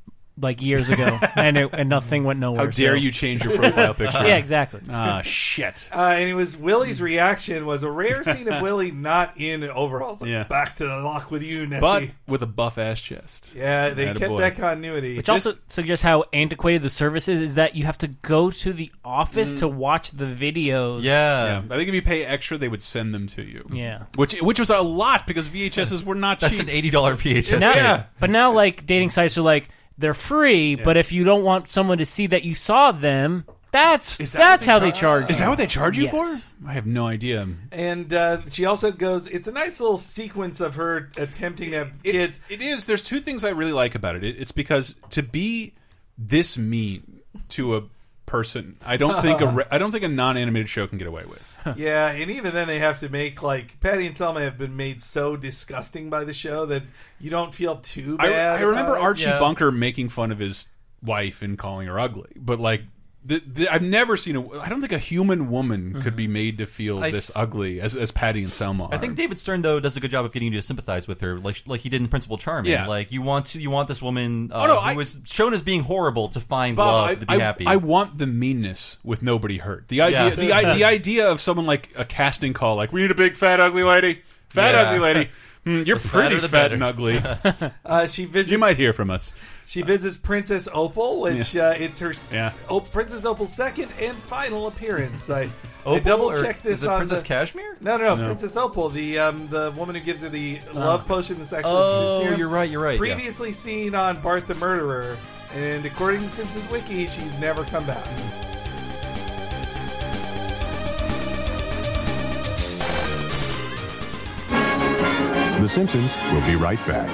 like years ago, and it, and nothing went nowhere.
How dare
so-
you change your profile picture?
yeah, exactly.
Ah, shit.
Uh, and it was Willie's
Hmm.
reaction was a rare scene of Willie not in overalls. Like,
Yeah.
Back to the lock with you, Nessie.
But with a buff ass chest.
yeah, they kept
Attaboy.
that continuity.
Which also suggests how antiquated the service is. Is that you have to go to the office
Mm.
to watch the videos?
I think if you pay extra, they would send them to you.
Yeah.
Which which was a lot because VHSs were not cheap.
$80 VHS.
Now-
Yeah.
But now, like dating sites are like they're free, but if you don't want someone to see that you saw them, that's that's how they charge.
Is that what they charge you
Yes.
for? I have no idea.
And uh, she also goes. It's a nice little sequence of her attempting to have kids.
It is. There's two things I really like about it. it. It's because to be this mean to a person, I don't think a re- I don't think a non-animated show can get away with.
yeah, and even then they have to make like Patty and Selma have been made so disgusting by the show that you don't feel too
I,
bad.
I remember
about it.
Archie
Yeah.
Bunker making fun of his wife and calling her ugly, but like. The, the, I've never seen a. I don't think a human woman could be made to feel
I-
this ugly as as Patty and Selma.
I think David Stern though does a good job of getting you to sympathize with her, like like he did in Principal Charming.
Yeah.
Like you want to, you want this woman uh,
Oh, no,
who
I-
was shown as being horrible to find
Bob,
love,
I,
to be
I-
happy.
I want the meanness with nobody hurt. The idea,
Yeah.
the, i- the idea of someone like a casting call, like we need a big fat ugly lady, fat
Yeah.
ugly lady. Hmm, you're
The fatter
pretty
the
fat
better.
and ugly.
Uh, she visits.
you might hear from us.
She visits Princess Opal, which uh, it's her s-
Yeah.
oh, Princess Opal's second and final appearance. I, I
Opal
double
or-
checked this
is it
on
Princess
the,
Cashmere?
No, no, no,
No.
Princess Opal, the um, the woman who gives her the
Oh.
love potion. That's actually
Oh,
serum,
you're right, you're right, yeah.
Previously seen on Bart the Murderer, and according to Simpsons Wiki, she's never come back.
The Simpsons will be right back.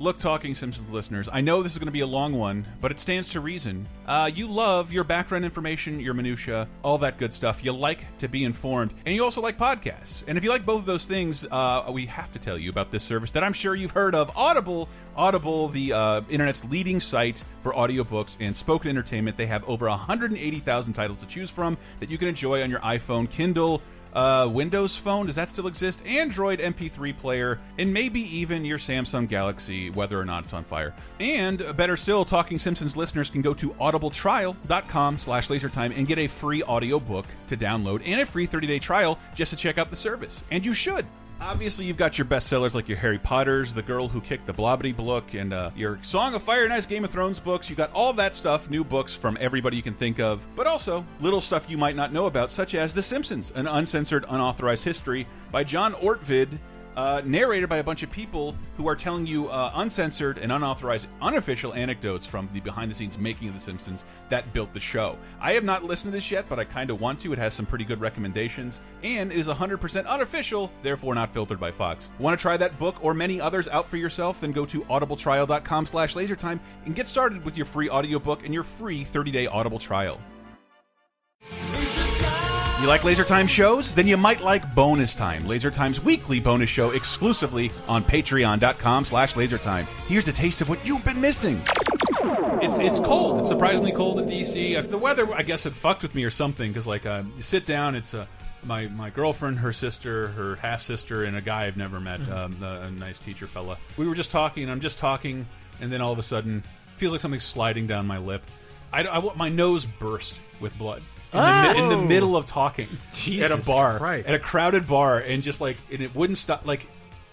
Look, talking Simpsons listeners, I know this is going to be a long one, but it stands to reason. Uh, you love your background information, your minutia, all that good stuff. You like to be informed, and you also like podcasts. And if you like both of those things, uh, we have to tell you about this service that I'm sure you've heard of, Audible. Audible, the uh, internet's leading site for audiobooks and spoken entertainment. They have over 180,000 titles to choose from that you can enjoy on your iPhone, Kindle uh, Windows Phone. Does that still exist? Android MP3 player, and maybe even your Samsung Galaxy, whether or not it's on fire. And uh, better still, Talking Simpsons listeners can go to audibletrial.com slash lasertime and get a free audiobook to download and a free 30-day trial just to check out the service. And you should. Obviously, you've got your bestsellers like your Harry Potters, The Girl Who Kicked the Blobbity Blook, and uh, your Song of Fire and Ice Game of Thrones books. You got all that stuff, new books from everybody you can think of, but also little stuff you might not know about, such as The Simpsons, an uncensored, unauthorized history by John Ortvid, uh, narrated by a bunch of people who are telling you uh, uncensored and unauthorized, unofficial anecdotes from the behind the scenes making of The Simpsons that built the show. I have not listened to this yet, but I kind of want to. It has some pretty good recommendations, and it is 100% unofficial, therefore not filtered by Fox. Want to try that book or many others out for yourself? Then go to audibletrial.com slash lasertime and get started with your free audiobook and your free 30-day Audible trial. You like Laser Time shows? Then you might like Bonus Time, Laser Time's weekly bonus show exclusively on patreon.com slash lasertime. Here's a taste of what you've been missing. It's it's cold. It's surprisingly cold in DC. If The weather, I guess, had fucked with me or something because, like, uh, you sit down, it's uh, my, my girlfriend, her sister, her half sister, and a guy I've never met, um, a, a nice teacher fella. We were just talking, and I'm just talking, and then all of a sudden, feels like something's sliding down my lip. I, I, want- my nose burst with blood. In the, mi- in the
Oh.
middle of talking
Jesus
at a bar,
Christ.
at a crowded bar, and just like, and it wouldn't stop. Like,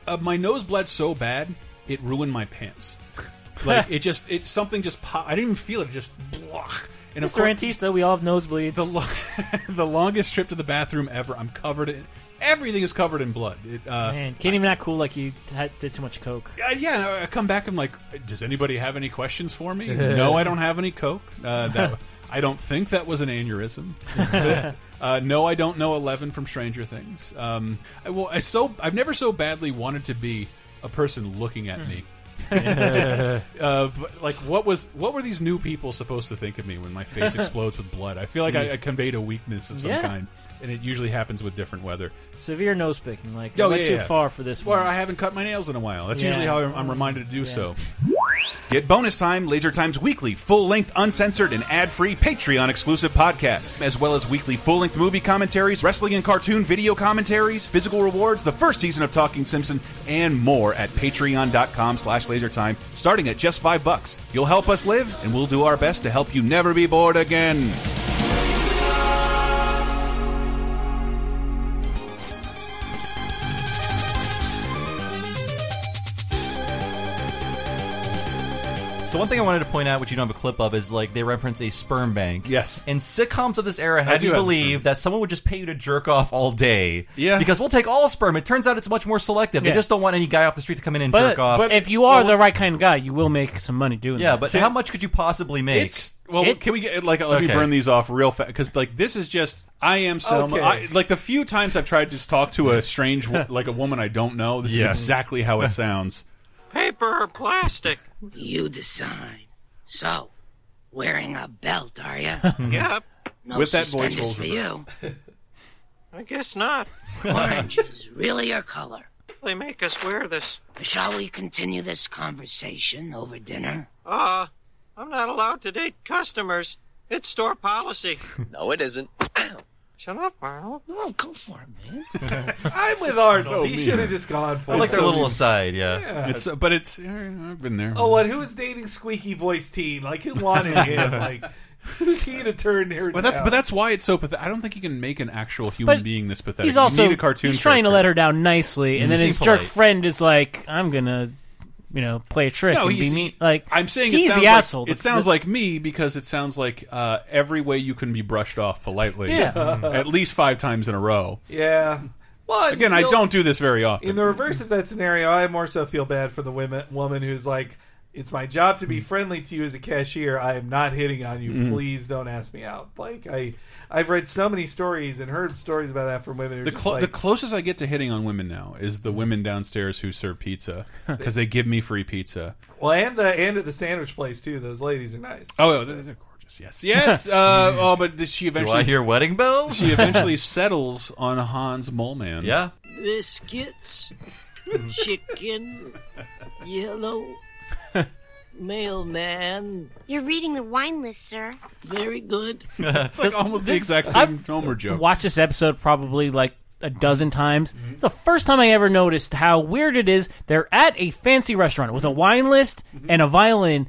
uh, my nose bled so bad, it ruined my pants. Like, it just, it something just popped. I didn't even feel it. it Just, block. And of
Mr.
course-
Antista, we all have nosebleeds.
The the longest trip to the bathroom ever. I'm covered in everything is covered in blood. It, uh,
Man, can't even act cool like you had, did too much coke.
uh, yeah, I come back. I'm like, does anybody have any questions for me? no, I don't have any coke. Uh, that, I don't think that was an aneurysm. uh, no, I don't know Eleven from Stranger Things. Um, I, well, I so I've never so badly wanted to be a person looking at me. Just, uh, but, like what was what were these new people supposed to think of me when my face explodes with blood? I feel like I, I conveyed a weakness of some
Yeah.
kind. and it usually happens with different weather.
Severe nose picking. Like,
Oh,
I went
yeah,
too
yeah.
far for this
Well,
one.
I haven't cut my nails in a while. That's
Yeah.
usually how I'm, I'm reminded to do so. Get bonus time, Laser Time's weekly, full length, uncensored, and ad free Patreon exclusive podcast, as well as weekly full length movie commentaries, wrestling and cartoon video commentaries, physical rewards, the first season of Talking Simpson, and more at patreon.com slash lasertime, starting at just five bucks. You'll help us live, and we'll do our best to help you never be bored again.
So one thing I wanted to point out, which you don't have a clip of, is like they reference a sperm bank.
Yes.
And sitcoms of this era
I
had
do
you
have a
believe that someone would just pay you to jerk off all day.
Yeah.
Because we'll take all sperm. It turns out it's much more selective.
Yeah.
They just don't want any guy off the street to come in and
But,
jerk off.
if you are the right kind of guy, you will make some money doing
yeah,
that.
but how much could you possibly make?
It's well. can we get like? Let me
Okay.
burn these off real fast because like this is just I am Selma.
Okay.
I, like the few times I've tried to just talk to a strange wo- like a woman I don't know. This is
Yes.
exactly how it sounds.
Paper or plastic? You decide. So, wearing a belt, are you?
Yep.
No
With that voice
suspenders
rolls
for you.
reversed.
I guess not. Orange is really your color.
They make us wear this.
Shall we continue this conversation over dinner?
Uh, I'm not allowed to date customers. It's store policy.
No, it isn't.
Shut up, Arnold.
Oh,
No, go for it, man.
I'm with Arnold.
So
he
mean.
should have just gone for
I like
it.
their little aside, yeah.
Yeah.
It's uh, but it's uh, I've been there.
Oh, what? Who was dating squeaky voice teen? Like, who wanted him? like, who's he to turn her
But that's
down?
but that's why it's so pathetic. I don't think you can make an actual human
But
being this pathetic.
He's also
you need a cartoon.
he's trying to
character.
let her down nicely, and
He's
then
being
his jerk
polite.
friend is like, "I'm gonna, you know, play a trick
No,
and be
he's-
mean." Like
I'm saying it
he's
sounds
the
like,
asshole.
It sounds like me because it sounds like uh, every way you can be brushed off politely.
Yeah.
At least five times in a row.
yeah. Well, I
Again, I
feel-
don't do this very often.
In the reverse of that scenario, I more so feel bad for the women, woman who's like, "It's my job to be
Mm.
friendly to you as a cashier. I am not hitting on you.
Mhm.
Please don't ask me out." Like I, I've read so many stories and heard stories about that from women. Who are
The,
just
clo
like,
the closest I get to hitting on women now is the women downstairs who serve pizza because they give me free pizza.
well, and the and at the sandwich place too. Those ladies are nice.
Oh, they're, they're gorgeous. Yes, yes. uh, oh, but th- she eventually.
I hear wedding bells?
She eventually settles on Hans Moleman.
Yeah.
biscuits, chicken, yellow, mailman.
You're reading the wine list, sir.
Very good.
It's like almost the
this-
exact same
I've
Homer joke.
Watch this episode probably like a dozen times. It's the first time I ever noticed how weird it is. They're at a fancy restaurant with a wine list and a violin.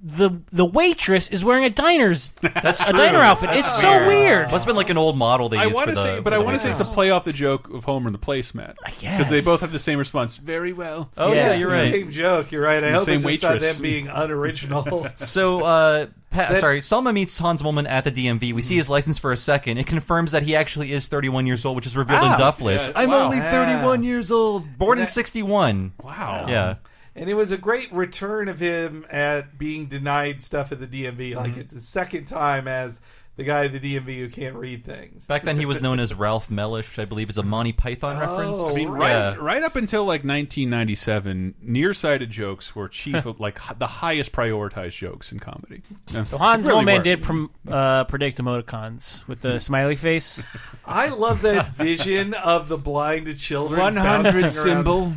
The the waitress is wearing a diner's
That's
a
true.
diner outfit.
That's
it's so weird.
Must have been like an old model they
I
used
want
for
to
the-
say,
for
but
the
I want to say it's a
waitress.
play off the joke of Homer and the placemat. Because they
guess.
both have the same response. Very well.
Oh, yeah, you're
it's
right.
the Same joke. You're right. I
The
hope
same
it's just not
waitress.
them being unoriginal.
So, uh, Pat,
That-
sorry, Selma meets Hans Molman at the DMV. We see his license for a second. It confirms that he actually is 31 years old, which is revealed
Wow.
in Duff List.
Yeah,
I'm
wow.
only 31 years old, born in
That-
61.
Wow.
Yeah.
And it was a great return of him at being denied stuff at the DMV. Like
Mm-hmm.
Mhm.
it's the second time as the guy at the DMV who can't read things.
Back then, he was known as Ralph Mellish, which I believe is a Monty Python reference.
I mean, right, right up until like 1997, nearsighted jokes were chief of like h- the highest prioritized jokes in comedy. Yeah.
So Hans
Really
Moleman
were.
did prom- uh, predict emoticons with the smiley face.
I love that vision of the blinded children.
100
bouncing around.
symbol.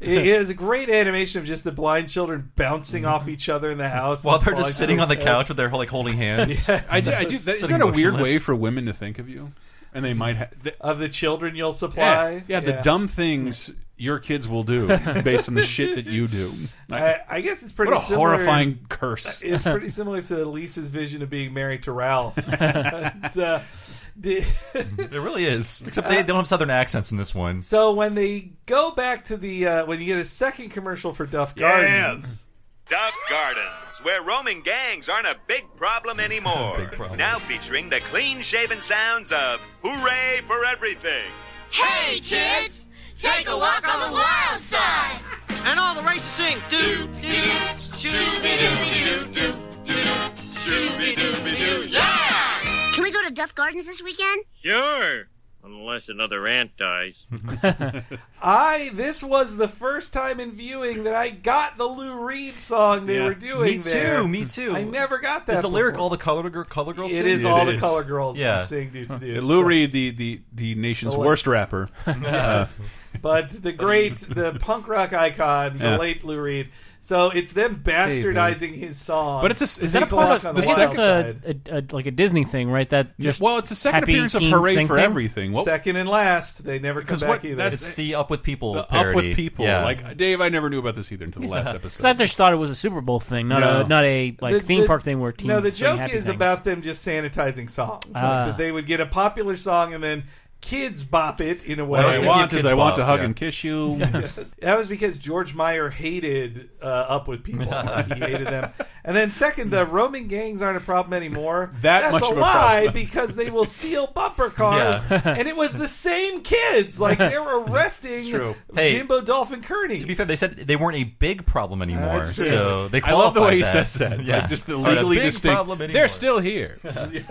It is a great animation of just the blind children bouncing off each other in the house
While
and
they're just
falling
sitting
down.
on the couch with their like holding hands.
Yes.
I do. I do that,
Sitting
isn't that a weird
motionless.
way for women to think of you? And they might have the,
of the children you'll supply.
yeah, yeah, the dumb things your kids will do based on the shit that you do.
I, I guess it's pretty
What a
similar-
horrifying curse.
It's pretty similar to Lisa's vision of being married to Ralph. But, uh, di-
It really is. Except they don't have southern accents in this one.
so when they go back to the uh, when you get a second commercial for Duff
Yeah.
Gardens,
Duff Gardens, where roaming gangs aren't a big problem anymore.
Big problem.
Now featuring the clean shaven sounds of Hooray for Everything.
Hey, kids! Take a walk on the wild side! And all the races sing doo doo doo, shooby dooby doo doo doo, shooby dooby doo, yeah!
Can we go to Duff Gardens this weekend?
Sure. Unless another ant dies.
I this was the first time in viewing that I got the Lou Reed song they
Yeah.
were doing.
Me too,
there.
me too.
I never got that.
Is the lyric
before.
all the color gir- color girls?
It
sing?
is all the color girls
Yeah.
sing do to do.
Uh, Lou
so.
Reed, the the the nation's
The what?
worst rapper.
Yes.
Uh,
but the great, the punk rock icon, the
Yeah.
late Lou Reed. So it's them bastardizing his song.
But it's a- is
to
that a
go
part
out
of
on
the
wild
second-
side.
a, a, like a Disney thing, right? That
Yeah,
just
well, it's the second
happy
appearance of
teens
Hooray
sing
for
thing?
Everything. What-
second and last. They never come
Because
back
what-
either.
that's-
It's the Up with People
the Up
parody.
with people.
Yeah.
Like Dave, I never knew about this either until the last episode.
'Cause I just thought it was a Super Bowl thing, not
No.
a not a like
The-
theme
the-
park thing where teens.
No, the
sing
joke
happy
is
things.
about them just sanitizing songs. Like
Ah.
that they would get a popular song and then kids bop it in a way.
What I was What I thinking of want is Kids I want Bop, to hug yeah. and kiss you.
Yes. That was because George Meyer hated uh, Up with People. he hated them. And then second, the roaming gangs aren't a problem anymore.
That
That's
much
a
of a
lie
problem.
because they will steal bumper cars.
Yeah.
and it was the same kids. Like they were arresting
true. Hey.
Jimbo Dolphin Kearney.
To be fair, they said they weren't a big problem anymore,
That's true.
so they
I love the way he
qualified that.
says that.
Yeah,
Like just the
Aren't a
legally
big
distinct.
problem anymore.
They're still here.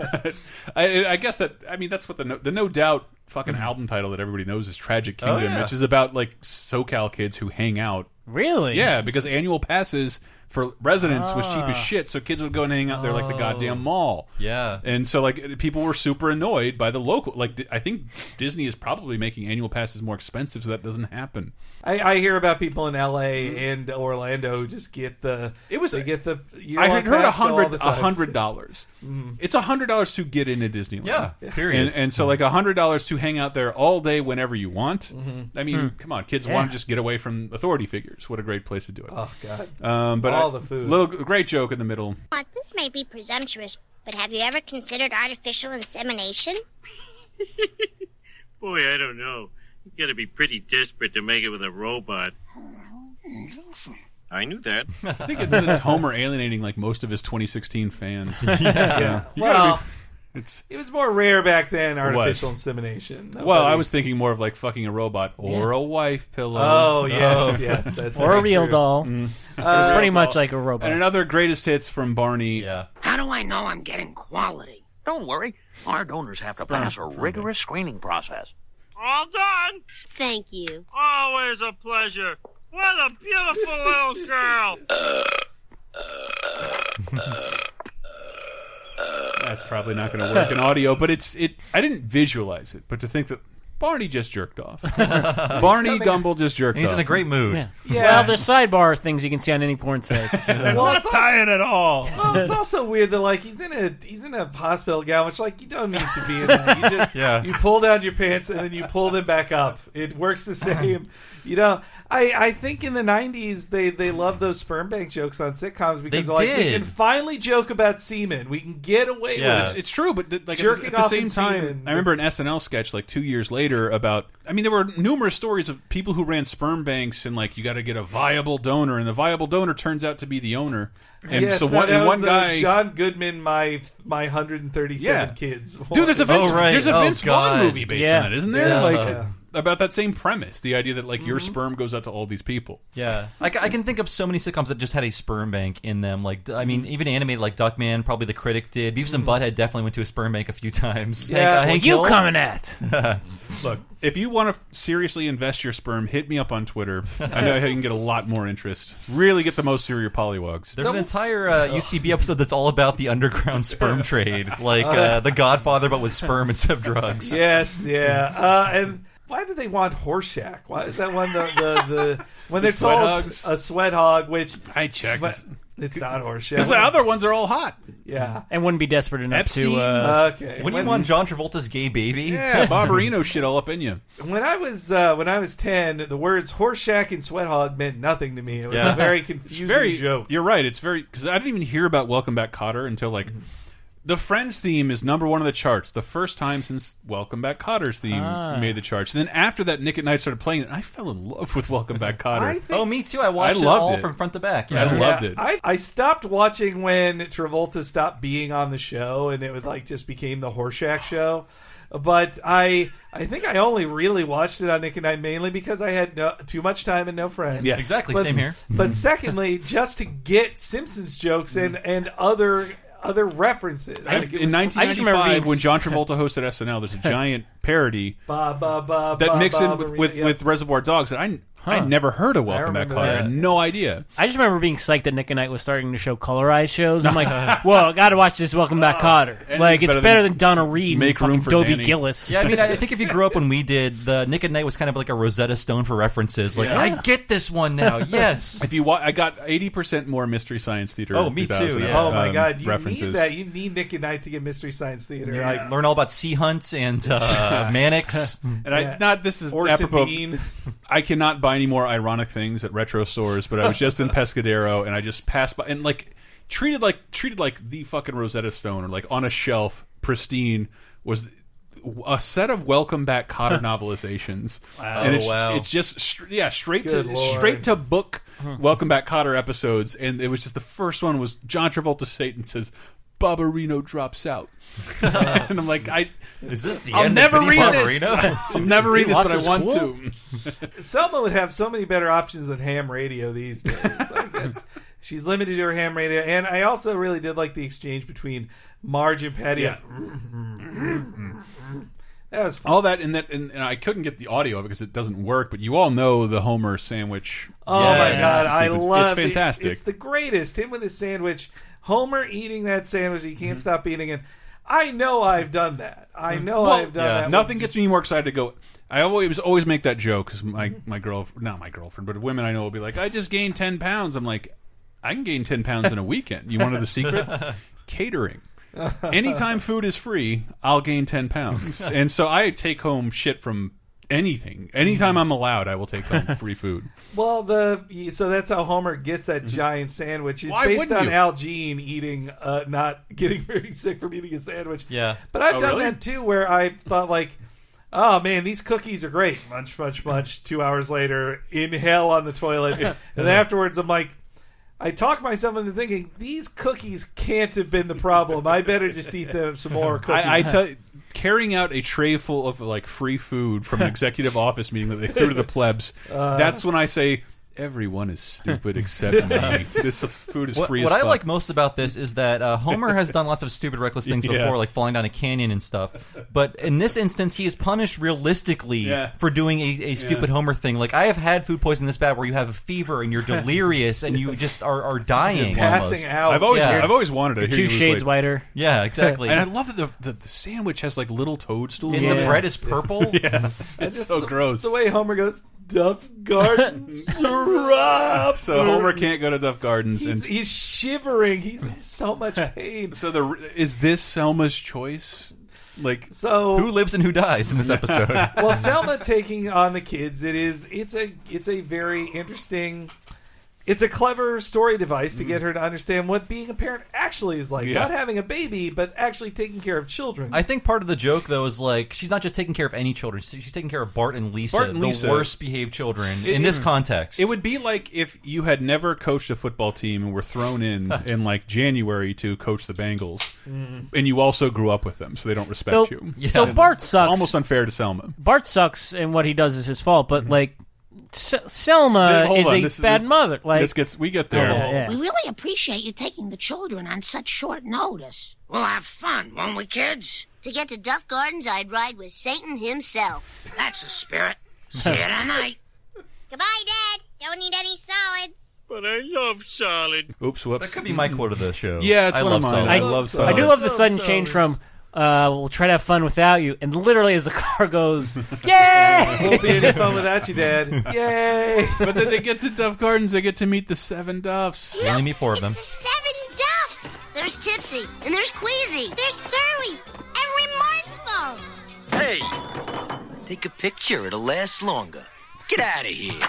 I, I guess that. I mean, that's what the no, the no doubt fucking
Mm-hmm.
album title that everybody knows is Tragic
Oh,
Kingdom,
yeah.
which is about like SoCal kids who hang out.
Mm-hmm.
Really?
Yeah, because annual passes for residents was cheap as
Ah.
shit, so kids would go and hang out there like the goddamn mall.
Oh. Yeah.
And so like people were super annoyed by the local. Like I think Disney is probably making annual passes more expensive, so that doesn't happen.
I, I hear about people in
Mm-hmm.
L.A. and Orlando who just get the it was they get the
I had heard a hundred
hundred
a hundred dollars.
Mhm.
It's a hundred dollars to get into Disneyland.
Yeah, period. Mm.
And, and so like a hundred dollars to hang out there all day whenever you want.
Mhm.
I mean,
Hmm.
come on, kids
Yeah.
want to just get away from authority figures. What a great place to do it.
Oh, God.
Um, but
All
I-
the food.
Little great joke in the middle.
Well, this may be presumptuous, but have you ever considered artificial insemination?
Boy, I don't know. You gotta be pretty desperate to make it with a robot. I knew that.
I think it's, it's Homer alienating like most of his 2016 fans.
Yeah.
You gotta
Well, it was more rare back then.
be-
Artificial
was.
insemination.
Well, I
Nobody-
was thinking more of like fucking a robot or
Yeah.
a wife pillow.
Oh, yes, yes, that's
Or a real doll. Uh,
Mm.
It's pretty much like a robot.
And another greatest hits from Barney. Yeah.
How do I know I'm getting quality?
Don't worry. Our donors have to pass a rigorous screening process.
All done.
Thank you.
Always a pleasure. What a beautiful little girl.
That's probably not going to work in audio, but it's it. I didn't visualize it, but to think that Barney just jerked off. Barney
coming-
Gumble just jerked
He's
off.
in a great mood.
Yeah.
Yeah.
Well, there's sidebar things you can see on any porn site.
Well, it's also,
Tired at all.
well, it's also weird that like he's in a he's in a hospital gown, which like you don't need to be in that. You just
Yeah.
you pull down your pants and then you pull them back up. It works the same. You know, I I think in the '90s they they love those sperm bank jokes on sitcoms because
They
are like we
did.
can finally joke about semen. We can get away
Yeah.
with
It's,
it.
it's true, but th- like
Jerking
at the
off
same
and
time,
semen.
I remember an SNL sketch like two years later about. I mean, there were numerous stories of people who ran sperm banks and like you got to get a viable donor, and the viable donor turns out to be the owner. And
yes,
so
that-
one,
that
and
was
one
the
guy,
John Goodman, my my 137
Yeah.
kids.
Dude, there's a
Walking-
Vince, there's a Vince Vaughn movie based
Yeah.
on it, isn't
Oh,
there?
Yeah. Mm-hmm.
Like
Yeah.
about that same premise, the idea that like your sperm goes out to all these people.
Yeah, I, ca- I can think of so many sitcoms that just had a sperm bank in them. Like, I mean, even animated, like Duckman, probably the critic did. Beavis and Butthead definitely went to a sperm bank a few times.
Mm. Yeah.
Hank, uh, Hank
Well, you
Hill?
coming at.
Look, if you want to seriously invest your sperm, hit me up on Twitter. I know how you can get a lot more interest. Really get the most out of your pollywogs.
There's an entire uh, UCB episode that's all about the underground sperm trade, like
Oh,
uh,
that's-
The Godfather, but with sperm instead of drugs.
Yes, yeah. Uh, and why do they want Horseshack? Why is that one the the, the when
The
they're
sweat
told
hogs?
a sweat hog? Which
I checked.
But it's not Horseshack.
Because the other ones are all hot.
yeah.
And wouldn't be desperate enough
Epstein.
to. Uh,
Okay.
When you
When-
want John Travolta's gay baby?
Yeah, Barbarino shit all up in you.
When I was uh, when I was ten, the words Horseshack and sweat hog meant nothing to me. It was
Yeah.
a very
It's
confusing
very,
joke.
You're right. It's very because I didn't even hear about Welcome Back Cotter until like the Friends theme is number one on the charts. The first time since Welcome Back Cotter's theme
Ah.
made the charts. And then after that, Nick at Night started playing it. And I fell in love with Welcome Back Cotter.
I think-
Oh, me too. I watched
I loved
it all
it.
from front to back.
I loved it.
I, I stopped watching when Travolta stopped being on the show, and it would like just became the Horseshack show. But I, I think I only really watched it on Nick and I mainly because I had no, too much time and no friends.
Yes. Exactly,
But-
same here.
But secondly, just to get Simpsons jokes and and other other references.
in 1995, when John Travolta hosted SNL, there's a giant parody
Ba, ba, ba,
that
ba,
mixed
ba,
in with
Maria,
with,
yeah.
with Reservoir Dogs, and I I
Huh.
never heard of
I
Welcome Back,
remember
Kotter. I
that.
had no idea.
I just remember being psyched that Nick and Knight was starting to show colorized shows. I'm like, well, I got to watch this Welcome
Uh,
Back, Cotter.
anything's
Like, it's
better
better,
than
than, Donna Reed. and fucking Dobie Gillis.
Yeah, I mean, I I think if you grew up when we did, the Nick at Night was kind of like a Rosetta Stone for references. Like, I get this one now. Yes.
If you wa- I got 80% more Mystery Science Theater.
Oh, me too,
2000,
yeah.
Oh my
um,
God! You
references.
need that. You need Nick and Knight to get Mystery Science Theater.
Yeah.
Like,
learn all about sea hunts and uh, Mannix.
And I not this is
Orson
apropos.
Bean.
I cannot buy any more ironic things at retro stores, but I was just in Pescadero and I just passed by and like treated like treated like the fucking Rosetta Stone or like on a shelf, pristine was a set of Welcome Back Cotter novelizations.
Wow.
And it's,
Oh, wow.
it's just str- yeah, straight
Good
to
Lord. Hmm.
straight to book Welcome Back Cotter episodes, and it was just the first one was John Travolta Satan says. Barbarino drops out, and I'm like, I
is this the
I'll
end of
never
Vinnie
read this.
Barbarino?
I'll never read this, but I want to.
Selma would have so many better options than ham radio these days. Like, that's- she's limited to her ham radio, and I also really did like the exchange between Marge and Patty.
Yeah.
That was fun.
all that and that and, and I couldn't get the audio of it because it doesn't work. But you all know the Homer sandwich.
Oh my god, I
sequence.
love
it's
it.
fantastic.
It's the greatest. Him with his sandwich, Homer eating that sandwich. He
Mm-hmm.
can't stop eating it. I know I've done that. I know
Well,
I've done
yeah,
that.
Nothing gets me more excited to go. I always always make that joke because my my girl not my girlfriend but women I know will be like I just gained ten pounds. I'm like I can gain ten pounds in a weekend. You want to know the secret? Catering. Anytime food is free, I'll gain ten pounds. And so I take home shit from anything. Anytime
Mm.
I'm allowed, I will take home free food.
Well, the so that's how Homer gets that giant sandwich. It's
Mm-hmm. Why
based
wouldn't
on
you?
Al Jean eating, uh, not getting very sick from eating a sandwich.
Yeah.
but I've
Oh,
done
really?
that too, where I thought like, oh man, these cookies are great. Munch, munch, munch. Two hours later, inhale on the toilet, and afterwards, I'm like. I talk myself into thinking these cookies can't have been the problem. I better just eat them some more cookies.
I, I tell carrying out a tray full of like free food from an executive office meeting that they threw to the plebs.
Uh.
that's when I say everyone is stupid except me. This food is
what,
free.
what
as
I
fuck.
like most about this is that uh, Homer has done lots of stupid, reckless things
Yeah.
before, like falling down a canyon and stuff. But in this instance, he is punished realistically
Yeah.
for doing a, a stupid Homer thing. Like I have had food poisoning this bad, where you have a fever and you're delirious and you just are, are dying, almost.
I've always I've always wanted to
You're
hear
two
you lose
shades
weight.
whiter. Yeah, exactly.
And I love that the, the, the sandwich has like little toadstools.
And
on
the
it.
bread is purple.
yeah,
And
it's
just
so
the,
gross.
The way Homer goes, Duff Garden syrup.
so Homer can't go to Duff Gardens,
He's,
and
he's shivering. He's in so much pain.
so the is this Selma's choice? Like
so,
who lives and who dies in this episode?
well, Selma taking on the kids. It is. It's a. It's a very interesting. It's a clever story device to
Mm.
get her to understand what being a parent actually is like.
Yeah.
Not having a baby, but actually taking care of children.
I think part of the joke though is like she's not just taking care of any children; she- she's taking care of Bart and Lisa,
Bart and Lisa.
the worst behaved children
It-
in this
it-
context.
It would be like if you had never coached a football team and were thrown in in like January to coach the Bengals,
Mhm.
and you also grew up with them, so they don't respect
So-
you.
so Bart
It's
sucks.
almost unfair to Selma.
Bart sucks, and what he does is his fault, but, like, S- Selma
Hold
is
on,
a
this-
bad
this-
mother. Like, oh,
this gets we get there.
Yeah,
We really appreciate you taking the children on such short notice. We'll have fun, won't we, kids?
To get to Duff Gardens, I'd ride with Satan himself.
That's the spirit. See you tonight.
Goodbye, Dad. Don't eat any solids. But I love solids.
Oops, whoops.
That could be my quote of the show.
Yeah, it's
I
one of
love
mine.
solids.
I love
I do
Oh,
solids.
love the sudden change from uh, "We'll try to have fun without you," and literally as the car goes, "Yay!"
Won't be any fun without you, Dad. Yay!
but then they get to Duff Gardens, they get to meet the seven Duffs.
They only meet four of them.
Seven Duffs. There's Tipsy, and there's Queasy. There's Surly, and Remorseful.
Hey, take a picture. It'll last longer. Get out of here.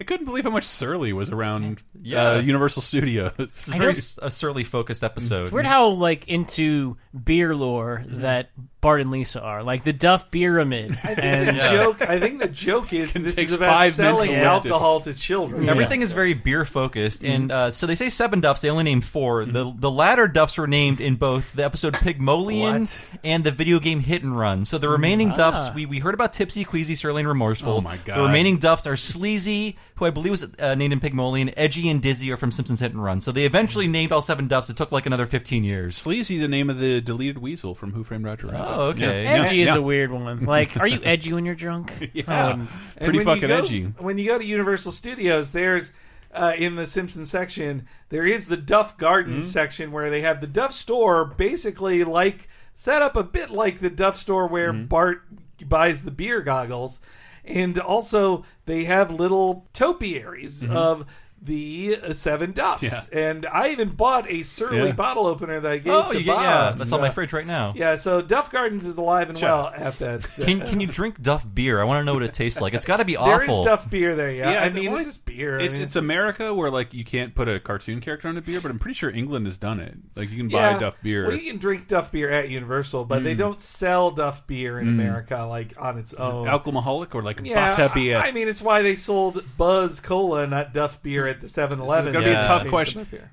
I couldn't believe how much Surly was around
Yeah.
uh, Universal Studios.
It's very s- a surly focused episode.
It's weird how like into beer lore that Bart and Lisa are, like the Duff Pyramid.
I think
and uh,
the joke. I think the joke is this
takes
is about
five men to
selling
lift it.
alcohol to children.
Everything is very beer focused, and uh, so they say seven duffs. They only named 4 The the latter duffs were named in both the episode Pygmalion and the video game Hit and Run. So the remaining
Ah.
duffs we, we heard about Tipsy, Queasy, Surly, and Remorseful.
Oh my God.
The remaining duffs are Sleazy, who I believe was uh, named in Pygmalion, Edgy, and Dizzy are from Simpsons Hit and Run. So they eventually named all seven duffs. It took like another fifteen years.
Sleazy, the name of the deleted weasel from Who Framed Roger Rabbit.
Oh, okay.
Edgy is a weird one. Like, are you edgy when you're drunk? I wouldn't.
And when you go- When you go to Universal Studios, there's uh, in the Simpsons section, there is the Duff Garden
Mm-hmm.
section where they have the Duff store basically like set up a bit like the Duff store where
Mm-hmm.
Bart buys the beer goggles. And also, they have little topiaries
Mhm.
of the uh, seven duffs.
Mm-hmm. Yeah.
And I even bought a Surly
Yeah.
bottle opener that I gave
Oh,
to
you get-
Bob.
yeah, that's on my fridge right now.
Yeah, so Duff Gardens is alive and
Sure.
well at that. uh,
Can can you drink Duff beer? I want to know what it tastes like. It's got to be
There is
awful.
Duff beer there, yeah. I
the
mean,
only-
it's just beer. I
It's,
mean,
it's
it's just-
America where like you can't put a cartoon character on a beer, but I'm pretty sure England has done it. Like you can buy Duff beer.
Well, you can drink Duff beer at Universal, but they
Mm.
don't sell Duff beer in
Mm.
America like on its own.
alcoholic or like
yeah,
Bata beer.
I, I mean, it's why they sold Buzz Cola, not Duff beer, at the 7-Eleven.
This is going to
Yeah.
be a tough
Change
question.
them up here.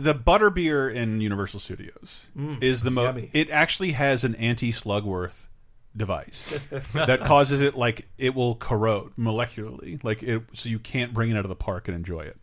The butter beer in Universal Studios
Mm,
is the most. It actually has an anti-slugworth device that causes it like it will corrode molecularly, like it, so you can't bring it out of the park and enjoy it.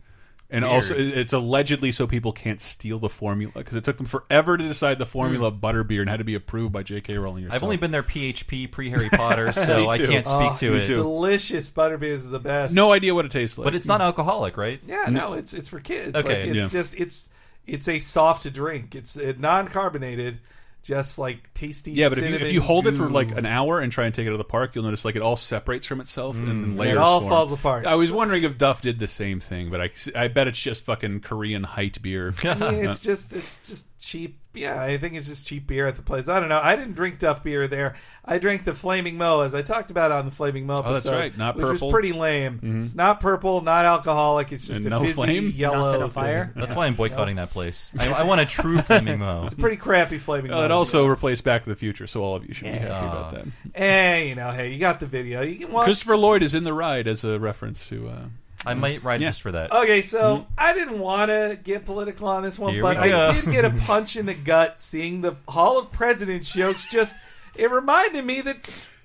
And
Weird.
also, it- it's allegedly so people can't steal the formula because it took them forever to decide the formula of butter beer and had to be approved by J.K. Rowling. Yourself.
Hmm. I've only been there PHP pre Harry Potter, so
Me
I
too.
can't speak
Oh,
to
me
it.
too.
uh, Delicious butterbeer is the best.
No idea what it tastes like.
But it's not alcoholic, right?
Yeah, no, it's it's for kids.
Okay.
like, it's
Yeah.
just it's it's a soft drink. It's uh, non-carbonated, just like tasty.
Yeah, but if you, if
cinnamon
you hold it for
goo. Mm.
like an hour and try and take it out of the park, you'll notice like it all separates from itself and then
It
layers.
all
form.
falls apart.
I was wondering if Duff did the same thing, but I, I bet it's just fucking Korean height beer. Uh,
I mean, it's just it's just cheap. Yeah, I think it's just cheap beer at the place. I don't know. I didn't drink Duff beer there. I drank the Flaming Mo, as I talked about on the Flaming Mo
Oh,
episode.
that's right. Not
which
purple.
was pretty lame.
Mhm.
It's not purple, not alcoholic. It's just
And
a
no
fizzy
flame? Not
yellow
set on fire?
thing.
That's
Yeah.
why I'm boycotting that place. I, I want a true flaming mo.
It's a pretty crappy Flaming
Well,
Mo.
Uh, it also replaced Back to the Future, so all of you should be
Yeah. Oh.
happy about that.
Hey, you know, hey, you got the video. You can watch
Christopher Lloyd is in the ride as a reference to. Uh,
I might ride just for that.
Okay, so
Hmm?
I didn't want to get political on this one,
Here
but
we go.
I did get a punch in the gut seeing the Hall of Presidents jokes. Just it reminded me that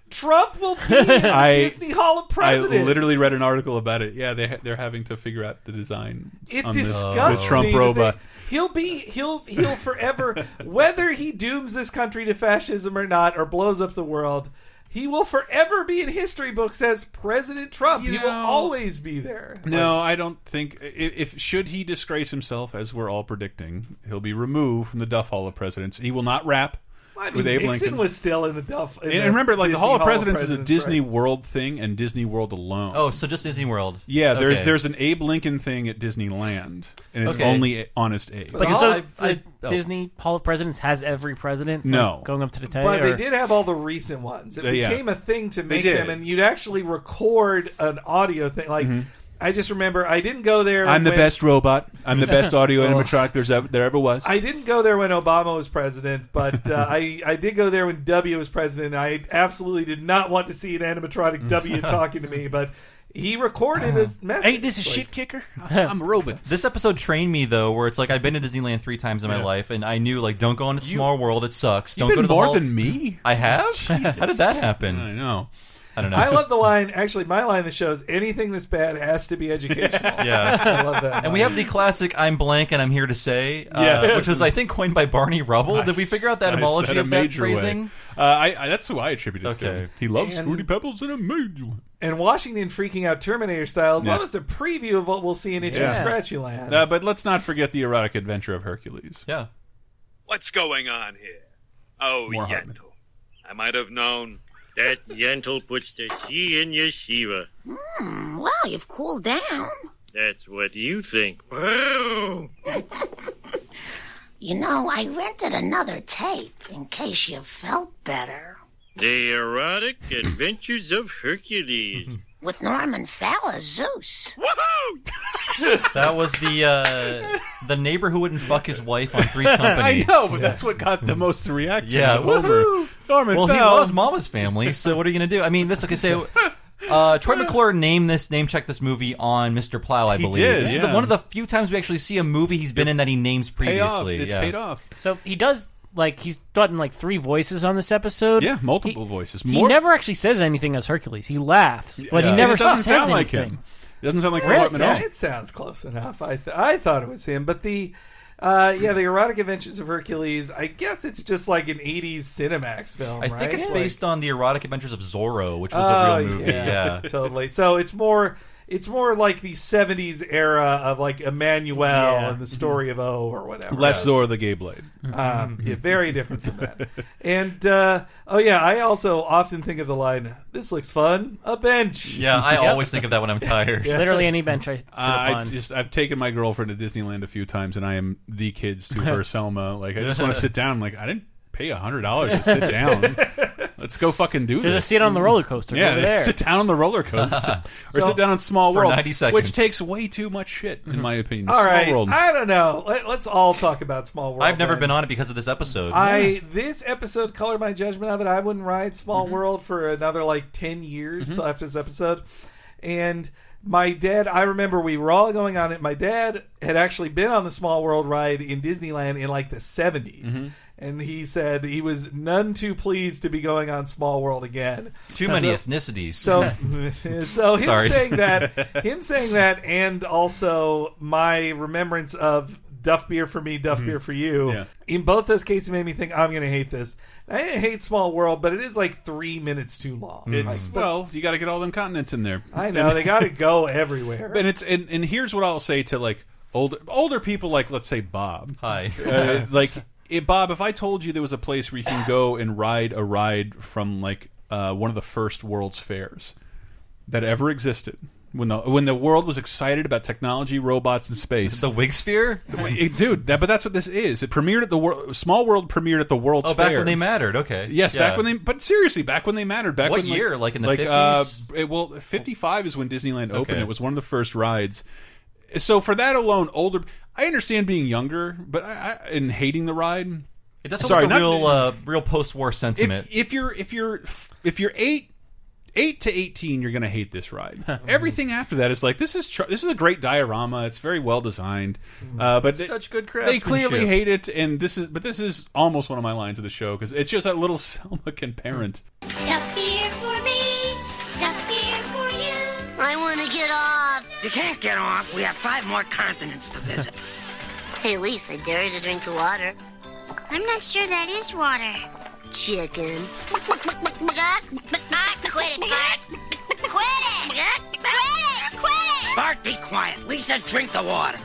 Trump will be in the
I-
Disney Hall of Presidents.
I literally read an article about it. Yeah, they ha- they're having to figure out the design.
It
on this-
disgusts
the Trump
me that
robot.
they- he'll be he'll he'll forever whether he dooms this country to fascism or not or blows up the world. He will forever be in history books as President Trump.
You
he will
know-
always be there.
No, I don't think. If, if should he disgrace himself, as we're all predicting, he'll be removed from the Duff Hall of Presidents. He will not rap
I mean,
with Abe
Nixon
Lincoln.
was still in the Duff. in
and, and
the
remember, like the
Disney
Hall of Presidents is a
Presidents,
Disney
right.
World thing, and Disney World alone.
Oh, so just Disney World.
yeah, there's
Okay.
there's an Abe Lincoln thing at Disneyland, and it's
Okay.
only Honest Abe.
But so the
I- oh.
Disney Hall of Presidents has every president. like,
No.
going up to the table.
But they did have all the recent ones. It
Uh, yeah.
became a thing to
They
make
did.
them, and you'd actually record an audio thing. Like
Mhm.
I just remember, I didn't go there.
I'm the
when-
best robot. I'm the best audio
Well,
animatronic there's ever, there ever was.
I didn't go there when Obama was president, but uh, I I did go there when W was president. and I absolutely did not want to see an animatronic W talking to me, but he recorded his message. Ain't
this a shit kicker? I'm a robot.
This episode trained me though, where it's like I've been to Disneyland three times in my
Yeah.
life, and I knew like don't go on to Small World, it sucks. Don't
You've been
go to the
more
Hall-
than me.
I have.
Jesus.
How did that happen?
I know.
I don't know.
I love the line. Actually, my line that shows anything this bad has to be educational.
Yeah,
I love that.
And we have the classic "I'm blank and I'm here to say," uh,
Yes.
which was I think coined by Barney Rubble. Did we figure out that
Nice.
etymology
In a
of that
major way.
phrasing?
Uh, I, I, that's who I attributed it to.
Okay.
He loves
And-
fruity pebbles in a major way.
And Washington freaking out Terminator style is
Yeah.
almost a preview of what we'll see in Itch and Scratchy Land.
Uh, but let's not forget the erotic adventure of Hercules.
Yeah.
What's going on here? Oh,
More Hartman.
Yentl. I might have known. That Yentl puts the she in your Shiva.
Hmm, well, you've cooled down.
That's what you think.
You know, I rented another tape in case you felt better.
The erotic adventures of Hercules.
with Norman Fella Zeus.
That was the uh, the neighbor who wouldn't fuck his wife on Three's Company.
I know, but that's what got the most reaction.
Yeah,
Wilbur. Norman
well, he
Fell.
was Mama's family, so what are you going to do? I mean, this okay. So, uh, Troy McClure named this name check this movie on Mr. Plow, I
He
believe.
did,
this is
yeah.
the, one of the few times we actually see a movie he's been in that he names previously. yeah.
off.
So he does like he's done like three voices on this episode.
Yeah, multiple voices.
He never actually says anything as Hercules. He laughs, but
Yeah.
he never
it doesn't
says
sound like
anything.
him. It doesn't sound like
Yeah,
Hartman at all.
It sounds close enough. I th- I thought it was him, but the uh, yeah, the erotic adventures of Hercules. I guess it's just like an '80s Cinemax film.
I think
right?
it's
Like-
based on the erotic adventures of Zorro, which was a real
Oh,
movie. Yeah.
totally. So it's more it's more like the '70s era of like Emmanuel and the story of O or whatever.
Less Zor the Gay Blade.
Um, yeah, very different than that. And uh, oh yeah, I also often think of the line, "This looks fun, a bench."
Yeah, I
Yep.
always think of that when I'm tired.
Yes.
Literally any bench I sit
Uh, I
upon.
just I've taken my girlfriend to Disneyland a few times, and I am the kids to her Selma. Like I just want to sit down. Like I didn't pay a hundred dollars to sit down. Let's go fucking do
There's a
this.
seat on the roller coaster. Go
Yeah,
over there.
sit down on the roller coaster, or
So-
sit down on Small
For
World,
90 seconds.
which takes way too much shit in my opinion.
All
Small
right,
World.
I don't know. Let, let's all talk about Small World.
I've never
then.
been on it because of this episode.
I this episode colored my judgment of it. I wouldn't ride Small World for another like ten years till after this episode. And my dad, I remember we were all going on it. My dad had actually been on the Small World ride in Disneyland in like the 70s and he said he was none too pleased to be going on Small World again.
Too many
So-
ethnicities.
So, so him
Sorry.
saying that, him saying that, and also my remembrance of Duff Beer for me,
Mm-hmm.
Duff Beer for you. In both those cases, made me think I'm going to hate this. I didn't hate Small World, but it is like three minutes too long.
It's
Like, but
Mm-hmm. well, you got to get all them continents in there.
I know they got to go everywhere.
And it's and, and here's what I'll say to like older older people like let's say Bob.
Hi.
Uh, like eh, Bob, if I told you there was a place where you can go and ride a ride from like uh, one of the first World's Fairs that ever existed. When the when the world was excited about technology, robots, and space,
the Wig Sphere,
dude. That, but that's what this is. It premiered at the world. Small World premiered at the World's
Oh, back
Fair.
when they mattered. Okay.
Yes,
Yeah.
back when they. But seriously, back when they mattered. Back
What
when,
year? Like in the 50s?
Uh, it- well, fifty-five is when Disneyland opened.
Okay.
It was one of the first rides. So for that alone, older. I understand being younger, but I, I and hating the ride.
It does
Sorry,
Sorry, like a
not-
real uh, real post war sentiment.
If, if you're if you're if you're eight. Eight to eighteen, you're gonna hate this ride. Everything after that is like this is tr this is a great diorama. It's very well designed, uh, but they-
Mm. Such good
They clearly
craftsmanship.
hate it, and this is but this is almost one of my lines of the show because it's just that little Selma can parent.
Duff beer for me, duff beer for you. I want to get off.
You can't get off. We have five more continents to visit.
Hey, Lise, I dare you to drink the water. I'm not sure that is water. Chicken. Ah, Quit it, Bart. Quit it. Quit it. Quit it.
Bart, be quiet. Lisa, drink the water.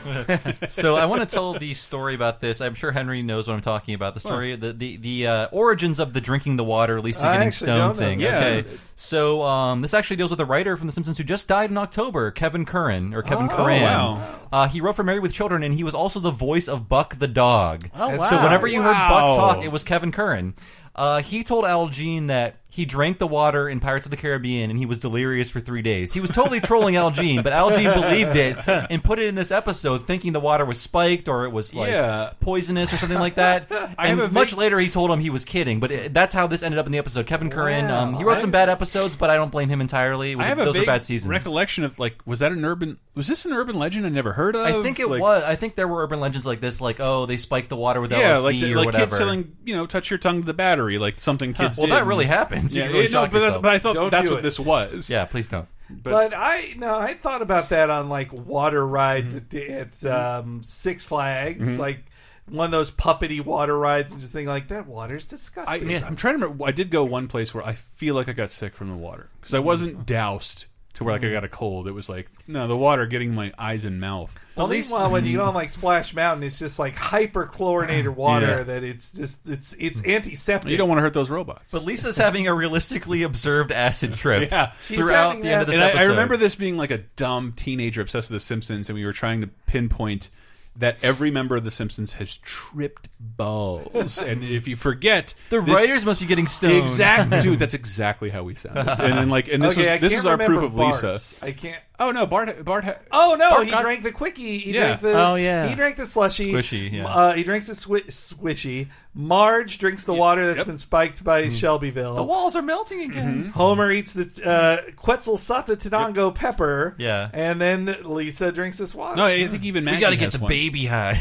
so I want to tell the story about this. I'm sure Henry knows what I'm talking about. The story, the the, the uh, origins of the drinking the water, Lisa
I
getting
actually
stoned
don't know
thing.
that.
Okay, so um, this actually deals with a writer from The Simpsons who just died in October, Kevin Curran or Kevin
Oh,
Curran.
wow.
Uh, he wrote for Married with Children, and he was also the voice of Buck the dog.
Oh,
And So
wow.
whenever you heard
Wow.
Buck talk, it was Kevin Curran. Uh, he told Al Jean that he drank the water in Pirates of the Caribbean and he was delirious for three days. He was totally trolling Al Jean, but Al Jean believed it and put it in this episode, thinking the water was spiked or it was like
Yeah.
poisonous or something like that.
I
and
have a
much later, he told him he was kidding, but it, that's how this ended up in the episode. Kevin Curran, um, he
Wow.
wrote some bad episodes, but I don't blame him entirely. It was-
I have a
those
vague
are bad seasons.
recollection of like was that an urban was this an urban legend I never heard of?
I think it
Like-
was. I think there were urban legends like this, like oh, they spiked the water with
Yeah,
LSD
like the,
or
like
whatever.
kids selling you know touch your tongue to the battery like something kids.
Well,
did.
that really happens. You
Yeah,
can really
yeah, no,
shock
but, that's,
yourself.
but I thought
Don't
that's
do
what
it.
this was.
yeah, please don't.
But, I no, I thought about that on like water rides
Mm-hmm.
at, at um, Six Flags,
Mhm.
like one of those puppety water rides, and just think like that water's
I,
disgusting.
I'm trying to remember. I did go one place where I feel like I got sick from the water because
Mm.
I wasn't doused to where like I got a cold. It was like no, the water getting my eyes and mouth.
Well, meanwhile, when you go on like Splash Mountain, it's just like hyperchlorinated water that it's just it's it's antiseptic.
you don't want to hurt those robots.
But Lisa's having a realistically observed acid trip
Yeah.
She's
throughout
having
the end of
that-
this
and I-
episode.
I, remember this being like a dumb teenager obsessed with The Simpsons, and we were trying to pinpoint that every member of The Simpsons has tripped balls, and if you forget,
The
this-
writers must be getting stoned.
Exactly, dude. That's exactly how we sounded. And then like, and this
Okay, I
was this
can't
is our proof
remember
of
Bart's.
Lisa.
I can't.
Oh no, Bart. Bart.
oh no,
Bart
he
got-
drank the quickie. He
Yeah.
drank the.
Oh, yeah.
He drank the slushy.
Squishy, yeah.
Uh, he drinks the swi- swishy. Marge drinks the water that's been spiked by
Mm-hmm.
Shelbyville.
The walls are melting again.
Homer eats the uh, Quetzalcoatl Tenango pepper.
Yeah.
and then Lisa drinks this water.
No, I think even We Maggie gotta get has the one. baby high.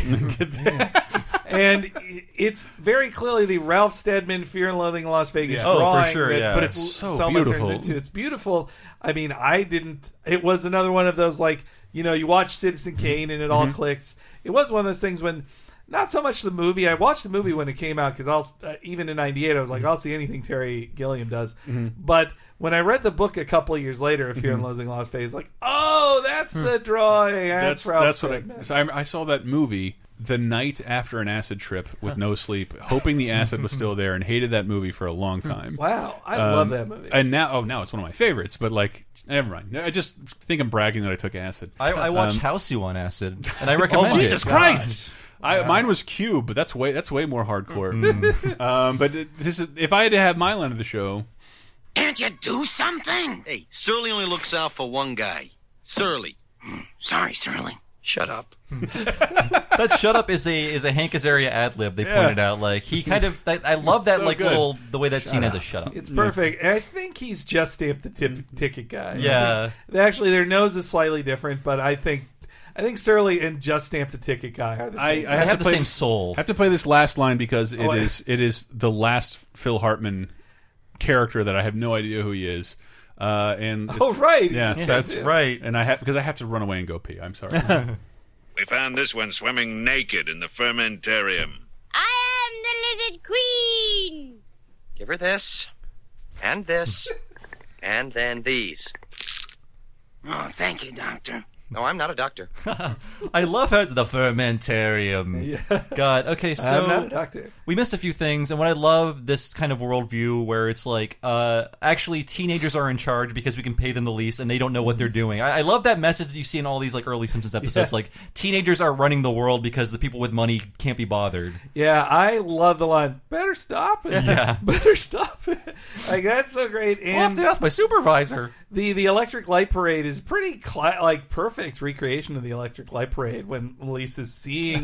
and it's very clearly the Ralph Steadman Fear and Loathing in Las Vegas
Yeah. Oh, for
drawing
sure,
that
yeah.
But it's so
Selma
beautiful.
turns into. It's beautiful. I mean, I didn't. It was another one of those like you know you watch Citizen Kane and it all
Mhm.
clicks. It was one of those things when. Not so much the movie. I watched the movie when it came out because I'll uh, even in '98 I was like,
Mm-hmm.
I'll see anything Terry Gilliam does.
Mhm.
But when I read the book a couple of years later, of Fear and
Mm-hmm.
Mhm.
Loathing in Las Vegas, like, oh, that's
Hmm.
the drawing. That's,
that's
Ralph
that's what
Steadman.
I, so I. I saw that movie the night after an acid trip with no sleep, hoping the acid was still there, and hated that movie for a long time.
Wow, I
Um,
love that movie.
And now, oh, now it's one of my favorites. But like, never mind. I just think I'm bragging that I took acid.
I, I watched
Um,
Housey on acid, and I recommend
oh,
it.
Jesus Christ! I, Mine was Cube, but that's way that's way more hardcore.
Mm.
um, but it- this is if I had to have my line of the show.
Can't you do something?
Hey, Surly only looks out for one guy. Surly.
Sorry, Surly.
Shut up.
that shut up is a is a Hank Azaria ad lib. They
Yeah.
pointed out like he kind of. I, I love that
So
like
good.
little the way that scene has a shut up.
It's perfect. And I think he's just stamped the tip, ticket guy.
Yeah.
Actually, their nose is slightly different, but I think I think Surly and just stamp the ticket guy are the
I,
same.
I have to play, I have to play this last line because it is
Oh, I-
it is the last Phil Hartman character that I have no idea who he is. Uh, and
Oh,
it's-
right, he's
yeah,
the same That's dude.
right. And I have because I have to run away and go pee. I'm sorry.
We found this one swimming naked in the fermentarium.
I am the Lizard Queen.
Give her this, and this, and then these.
Oh, thank you, Doctor.
No, I'm not a doctor.
I love how it's the fermentarium. God. Okay. So
I'm not a doctor.
We missed a few things, and what I love this kind of worldview where it's like, uh, actually, teenagers are in charge because we can pay them the least, and they don't know what they're doing. I, I love that message that you see in all these like early Simpsons episodes,
Yes.
like teenagers are running the world because the people with money can't be bothered.
Yeah, I love the line. Better stop it.
Yeah.
Better stop it. Like that's so great. And
I'll have to ask my supervisor.
The the electric light parade is pretty cla- like perfect recreation of the electric light parade when Lisa's seeing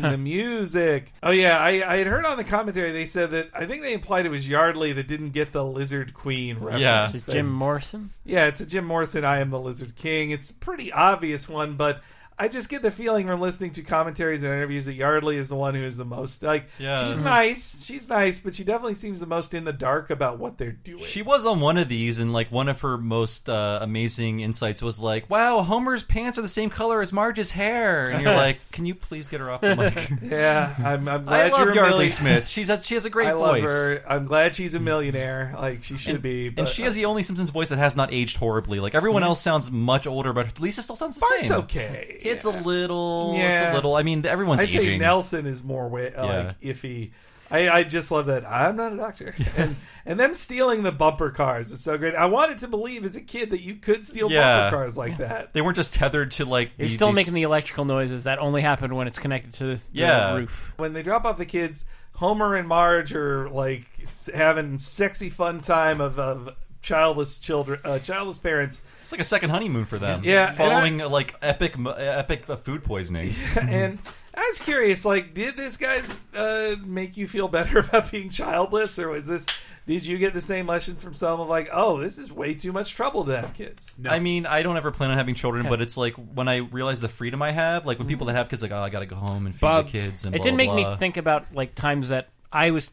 the music. Oh yeah, I, I had heard on the commentary they said that I think they implied it was Yardley that didn't get the Lizard Queen reference.
Yeah. Is it
thing.
Jim Morrison?
Yeah, it's a Jim Morrison. I am the Lizard King. It's a pretty obvious one, but. I just get the feeling from listening to commentaries and interviews that Yardley is the one who is the most like
Yeah.
she's
Mhm.
nice, she's nice, but she definitely seems the most in the dark about what they're doing.
She was on one of these, and like one of her most uh, amazing insights was like, "Wow, Homer's pants are the same color as Marge's hair," and you're like,
Yes.
"Can you please get her off the mic?"
yeah, I'm, I'm
I
glad
love
you're
Yardley
really-
Smith. She's a, she has a great
I
voice.
Love her. I'm glad she's a millionaire. Like she should be. But uh,
and she has the only Simpsons voice that has not aged horribly. Like everyone else sounds much older, but Lisa still sounds the
Bart's
same.
okay.
It's a little.
Yeah.
It's a little. I mean, everyone's
I'd
aging.
say Nelson is more wa- uh, like iffy. I, I just love that. I'm not a doctor, and and them stealing the bumper cars is so great. I wanted to believe as a kid that you could steal
Yeah.
bumper cars like that.
They weren't just tethered to like.
It's
the-
still
these-
making the electrical noises that only happen when it's connected to the, the
Yeah.
roof.
When they drop off the kids, Homer and Marge are like s- having sexy fun time of, of childless children, uh, childless parents.
It's like a second honeymoon for them.
Yeah, and
following uh, like epic, mo- epic uh, food poisoning.
and I was curious, like, did this guys uh, make you feel better about being childless, or was this? Did you get the same lesson from some of like, oh, this is way too much trouble to have kids?
I mean, I don't ever plan on having children, but it's like when I realize the freedom I have, like when people that have kids, like, oh, I gotta go home and feed the kids, and
it
blah,
did make
blah, blah.
me think about like times that I was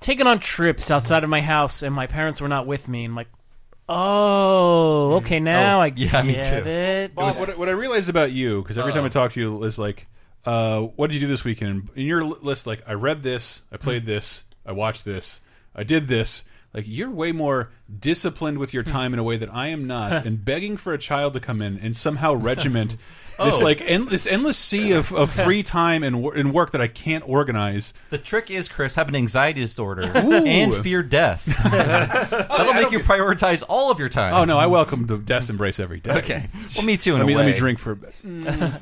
taken on trips outside of my house and my parents were not with me, and like, oh,
Mm-hmm.
okay, now I get it.
Bob, what, I- what I realized about you because every time I talk to you is like, uh, "What did you do this Hmm. weekend?" In your li- list, like, I read this, I played this, I watched this, I did this. like you're way more disciplined with your time in a way that I am not, and begging for a child to come in and somehow regiment this
Oh.
like end, this endless sea of, of free time and wor- and work that I can't organize.
The trick is, Chris, have an anxiety disorder
Ooh.
and fear death. That'll make you prioritize all of your time.
Oh no, I welcome the death embrace every day.
Okay. Well, me too. In
let
a
me,
way.
Let me drink for a bit.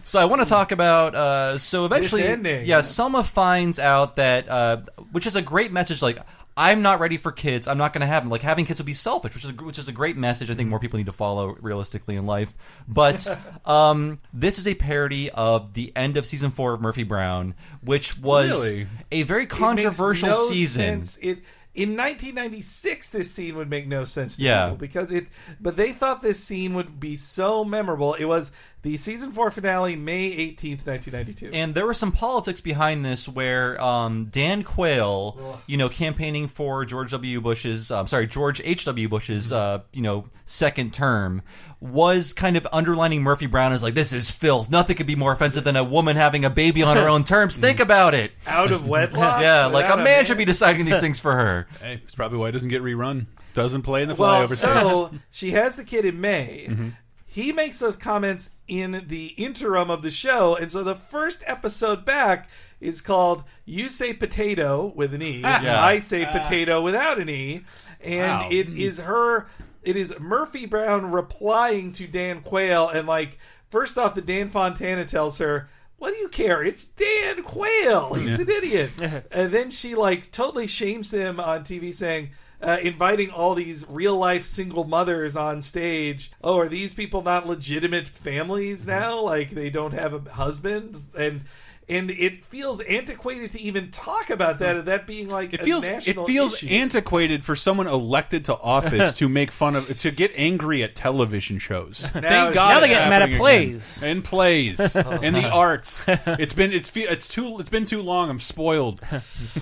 so I want to talk about. Uh, so eventually,
This ending.
yeah, Selma finds out that, uh, which is a great message. Like, I'm not ready for kids. I'm not going to have them. Like, having kids will be selfish, which is a, which is a great message. I think more people need to follow realistically in life. But um, this is a parody of the end of season four of Murphy Brown, which was
Really?
a very
It makes
controversial
no
season.
sense. It, in 1996, this scene would make no sense to
Yeah.
people because it. But they thought this scene would be so memorable. It was the season four finale, May 18th, 1992.
And there was some politics behind this, where um, Dan Quayle, you know, campaigning for George W. Bush's, um, sorry, George H. W. Bush's, uh, you know, second term, was kind of underlining Murphy Brown as like, this is filth. Nothing could be more offensive than a woman having a baby on her own terms. Think about it.
Out of wedlock?
yeah, like a
Without
man,
a
should be deciding these things for her.
Hey, it's probably why it doesn't get rerun. Doesn't play in the
well,
flyover
so
stage.
she has the kid in May.
Mhm.
He makes those comments in the interim of the show, and so the first episode back is called "You Say Potato" with an E,
Yeah.
I Say
Ah.
Potato without an E, and
Wow.
it
Mm.
is her. It is Murphy Brown replying to Dan Quayle, and like first off, the Dan Fontana tells her. What do you care? It's Dan Quayle. He's
Yeah.
an idiot. and then she like totally shames him on TV, saying, uh, inviting all these real life single mothers on stage. Oh, are these people not legitimate families
Mm-hmm.
now? Like they don't have a husband and. And it feels antiquated to even talk about that, and that being like
It feels
a
it
national
feels
issue.
antiquated for someone elected to office to make fun of to get angry at television shows.
Now-
Thank God
now they
it's
get mad at
happening
plays.
again. and plays
Oh.
and the arts. It's been it's fe- it's too it's been too long. I'm spoiled.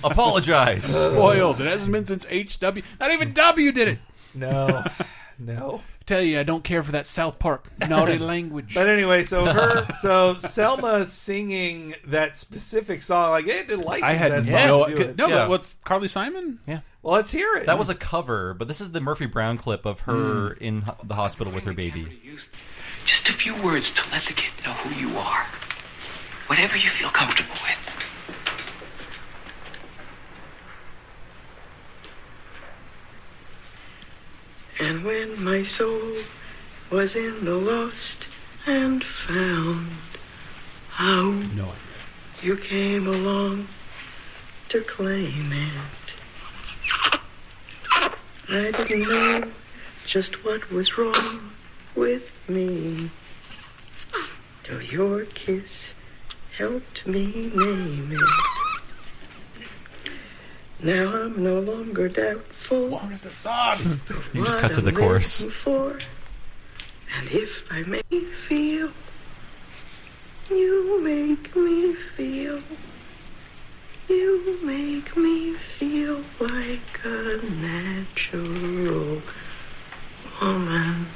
Apologize.
spoiled. It hasn't been since HW. Not even W did it.
No, no.
Tell you, I don't care for that South Park naughty language.
But anyway, so her, so Selma singing that specific song, like they did license
I had
that song.
no
to do it.
no. But what's Carly Simon?
Yeah.
Well, let's hear it.
That was a cover, but this is the Murphy Brown clip of her in ho- the hospital with her baby.
Just a few words to let the kid know who you are. Whatever you feel comfortable with.
And when my soul was in the lost and found, how you came along to claim it. I didn't know just what was wrong with me till your kiss helped me name it. Now I'm no longer doubtful. What is the song?
You just cut to the chorus.
For, and if I make me feel, you make me feel, you make me feel like a natural woman.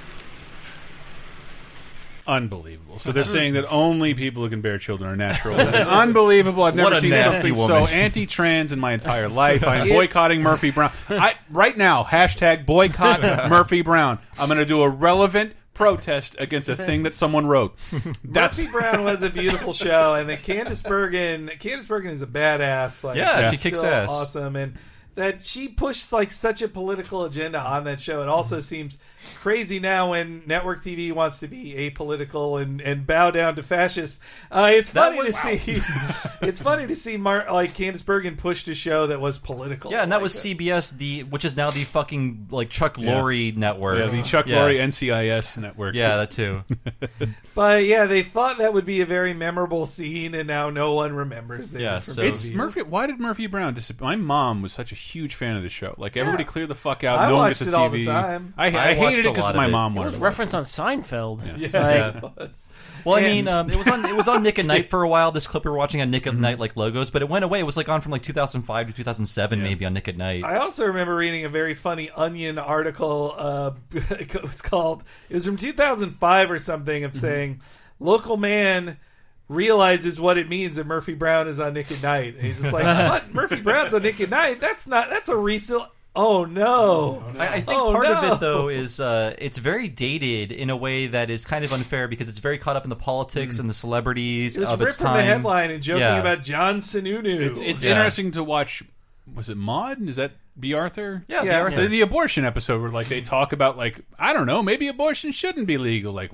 Unbelievable. So they're saying that only people who can bear children are natural. Unbelievable. I've never
What a
seen
nasty
something
woman.
so anti-trans in my entire life. I am
It's-
boycotting Murphy Brown. I right now hashtag boycott Murphy Brown. I'm going to do a relevant protest against a thing that someone wrote. That's
Murphy Brown was a beautiful show, and then Candace Bergen. Candace Bergen is a badass. Like,
Yeah,
she's
she kicks
still
ass.
Awesome, and that she pushed like such a political agenda on that show. It also seems crazy now when network TV wants to be apolitical and and bow down to fascists. Uh, it's funny to see. it's funny to see Mar- like Candace Bergen pushed a show that was political. uh,
Yeah, and that was CBS, the which is now the fucking like Chuck
Yeah.
Lorre network.
Yeah, the Chuck
Yeah.
Lorre NCIS network.
Yeah, that too.
But yeah, they thought that would be a very memorable scene, and now no one remembers it. from
it's
TV.
Murphy. Why did Murphy Brown disappear? My mom was such a huge fan of the show. Like everybody, clear the fuck out.
I
no one
watched
gets
it
a TV.
all the time.
I, I,
I watched
hated
a
it because
lot
my
of it. It
mom
It was
wanted. it.
referenced on Seinfeld.
Yes.
Like,
it was.
Well, I
And-
mean, um, it was on it was on Nick at Night for a while. This clip we were watching on Nick at Night like logos, but it went away. It was like on from like 2005 to 2007 maybe on Nick at Night.
I also remember reading a very funny Onion article. Uh, it was called. It was from 2005 or something. Of
Mm-hmm.
saying, local man realizes what it means that Murphy Brown is on Nick at Night, and he's just like, "What? Murphy Brown's on Nick at Night? That's not. That's a recent Oh no!
I, I think
Oh,
part of
no.
it though is uh, it's very dated in a way that is kind of unfair because it's very caught up in the politics and the celebrities
It was
of
ripped
its
from
time.
the headline and joking
Yeah.
about John Sununu.
It's, it's
Yeah.
interesting to watch. Was it Maud? Is that B. Arthur?
Yeah,
the,
B. Arthur.
The, the abortion episode where like they talk about like I don't know, maybe abortion shouldn't be legal. Like,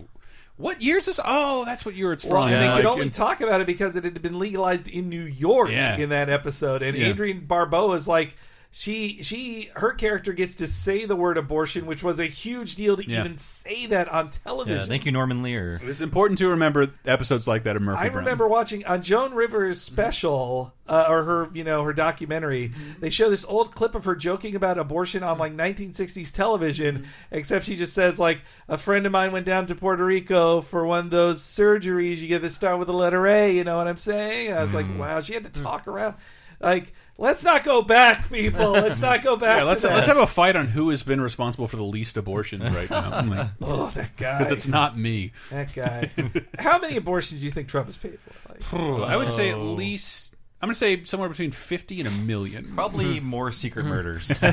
what years is? Oh, that's what year it's from.
Well, and they
Like,
could only
and-
talk about it because it had been legalized in New York
Yeah.
in that episode. And
Yeah.
Adrienne Barbeau is like, she she her character gets to say the word abortion, which was a huge deal to
Yeah.
even say that on television.
Yeah, thank you, Norman Lear.
It's important to remember episodes like that of Murphy.
I
Brown.
remember watching on Joan Rivers'
Mm-hmm.
special uh, or her, you know, her documentary.
Mm-hmm.
They show this old clip of her joking about abortion on like 1960s television,
Mm-hmm.
except she just says like, "A friend of mine went down to Puerto Rico for one of those surgeries. You get to start with the letter A. You know what I'm saying?" And I was
Mm-hmm.
like, "Wow, she had to talk around like." Let's not go back, people. Let's not go back.
Yeah, let's
to that.
let's have a fight on who has been responsible for the least abortion right now. Like,
Oh, that guy.
Because it's not me.
that guy. How many abortions do you think Trump has paid for? Like,
I would say at least. I'm going to say somewhere between fifty and a million.
Probably more secret
Mm-hmm.
murders.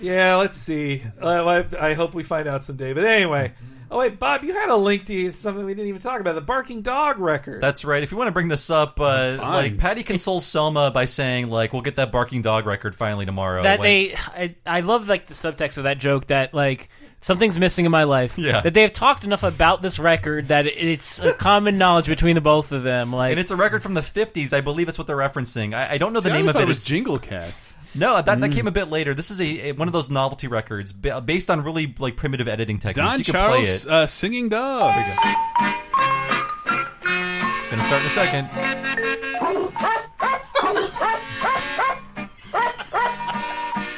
Yeah, let's see. Uh, I, I hope we find out someday. But anyway, oh wait, Bob, you had a link to something we didn't even talk about—the barking dog record.
That's right. If you want to bring this up, uh, like Patty consoles Selma by saying, "Like we'll get that barking dog record finally tomorrow."
that
Like,
they I, I love like the subtext of that joke that like something's missing in my life
Yeah.
that they have talked enough about this record that it's a common knowledge between the both of them like
and it's a record from the '50s, I believe. It's what they're referencing. I, I don't know
See,
the
I
name
always
of
thought
it.
it was
It's-
Jingle Cats.
No, that,
Mm.
that came a bit later. This is a, a- one of those novelty records ba- based on really like primitive editing techniques.
Don
you can play
Charles
it.
uh, singing dog.
It's gonna start in a second.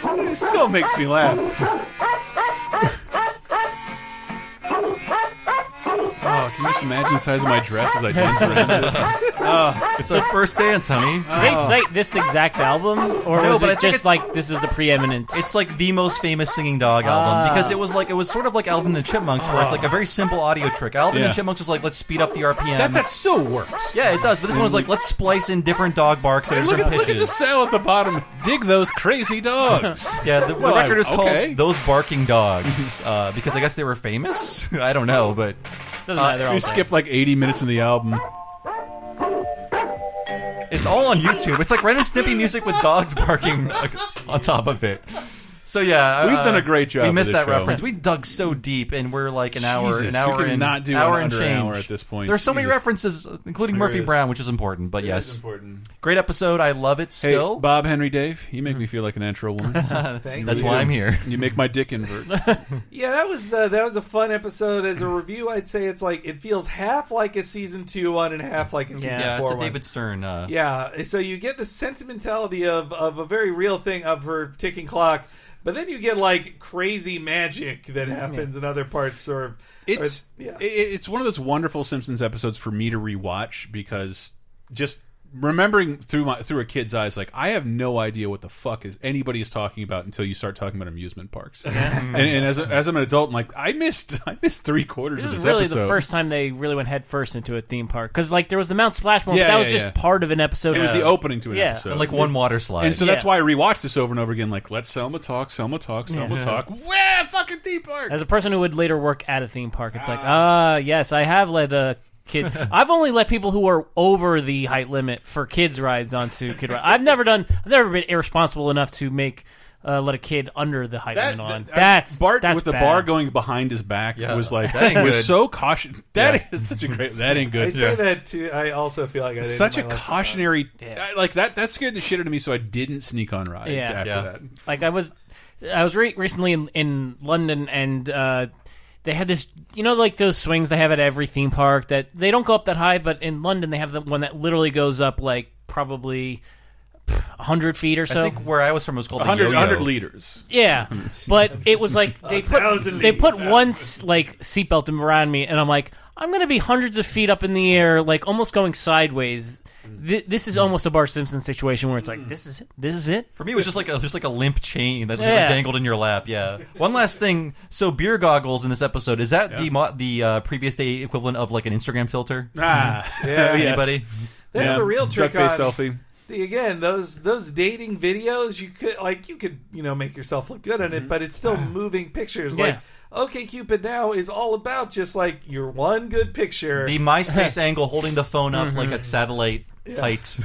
It still makes me laugh. Oh, can you just imagine the size of my dress as I dance around this? Oh,
it's our first dance, honey.
Did they cite this exact album, or
No,
was
but
it
I think
just
it's-
like this is the preeminent?
It's like the most famous singing dog album
Ah.
because it was like it was sort of like Alvin and the Chipmunks, where it's like a very simple audio trick. Alvin
Ah. Yeah.
and the Chipmunks was like, let's speed up the RPMs.
that, that still works.
yeah, it does. But this one was like, let's splice in different dog barks at
Hey, look,
different
at,
pitches.
look at the cell at the bottom. Dig those crazy dogs.
Yeah, the, the
Well, I-
record is called
okay.
"Those Barking Dogs" uh, because I guess they were famous. I don't know, but
Doesn't matter, they're all
You
bad.
skip like 80 minutes in the album.
It's all on YouTube. It's like Ren and Snippy music with dogs barking like, on top of it. So yeah,
We've
uh,
done a great job
We
of
missed
this
that
show.
reference. We dug so deep, and we're like an hour,
Jesus,
an hour,
we could
and
not do
hour and
an under
change
an hour at this point.
There's so many
Jesus.
references, including
There
Murphy
is.
Brown, which is important. But
It
yes,
is important.
great episode. I love it
Hey,
still.
Bob Henry Dave, you make me feel like an intro woman. You
That's
really
why
do.
I'm here.
You make my dick invert.
Yeah, that was uh, that was a fun episode. As a review, I'd say it's like it feels half like a season two one and half like a season
yeah,
four
it's a
one.
David Stern. Uh,
Yeah, so you get the sentimentality of of a very real thing of her ticking clock, but then you get like crazy magic that happens in other parts. Or
It's
or- yeah.
i- i- it's one of those wonderful Simpsons episodes for me to rewatch because just remembering through my through a kid's eyes, like I have no idea what the fuck is anybody is talking about until you start talking about amusement parks. and, and as a, as I'm an adult, I'm like I missed I missed three quarters
this
of
is
this
really
episode.
the first time they really went head first into a theme park because like there was the Mount Splash one,
Yeah,
but that
yeah,
was just
yeah.
part of an episode.
It was the
Yeah.
opening to an
Yeah.
episode,
And, like, one water slide.
and so that's
Yeah.
why I rewatched this over and over again. Like, let Selma talk, Selma talk, Selma
Yeah.
talk. Yeah, fucking theme park.
As a person who would later work at a theme park, it's like ah yes, I have led a kid. I've only let people who are over the height limit for kids rides onto kid ride. I've never done. I've never been irresponsible enough to make. Uh, let a kid under the height
That-
limit on.
that- I-
that's
Bart
that's
with the
bad.
bar going behind his back was like
That ain't
was
good.
so cautious. That is such a great. That ain't good.
I say that too. I also feel like I did
such a
in my lesson.
cautionary I- like that that scared the shit out of me so i didn't sneak on rides
Yeah.
after
Yeah.
that
Like I was, I was re- recently in, in London, and uh, they had this, you know, like those swings they have at every theme park that they don't go up that high, but in London they have the one that literally goes up like probably hundred feet or so.
I think where I was from was called
100,
the yo-yo.
100 liters
Yeah, but it was like they put they put one s- like seatbelt around me, and I'm like, I'm gonna be hundreds of feet up in the air, like almost going sideways. Th- this is almost a Bart Simpson situation where it's like, this is it, this is it.
For me, it was just like a, just like a limp chain that was
Yeah.
just dangled in your lap. Yeah. One last thing. So beer goggles in this episode is that the mo- the uh, previous day equivalent of like an Instagram filter?
ah
Yeah.
Anybody?
That's
Yeah.
a real trick
Duckface
on
selfie
See again those those dating videos. You could like you could you know make yourself look good in it, but it's still moving pictures.
Yeah.
Like OK Cupid now is all about just like your one good picture.
The MySpace angle holding the phone up like at satellite
Yeah.
height.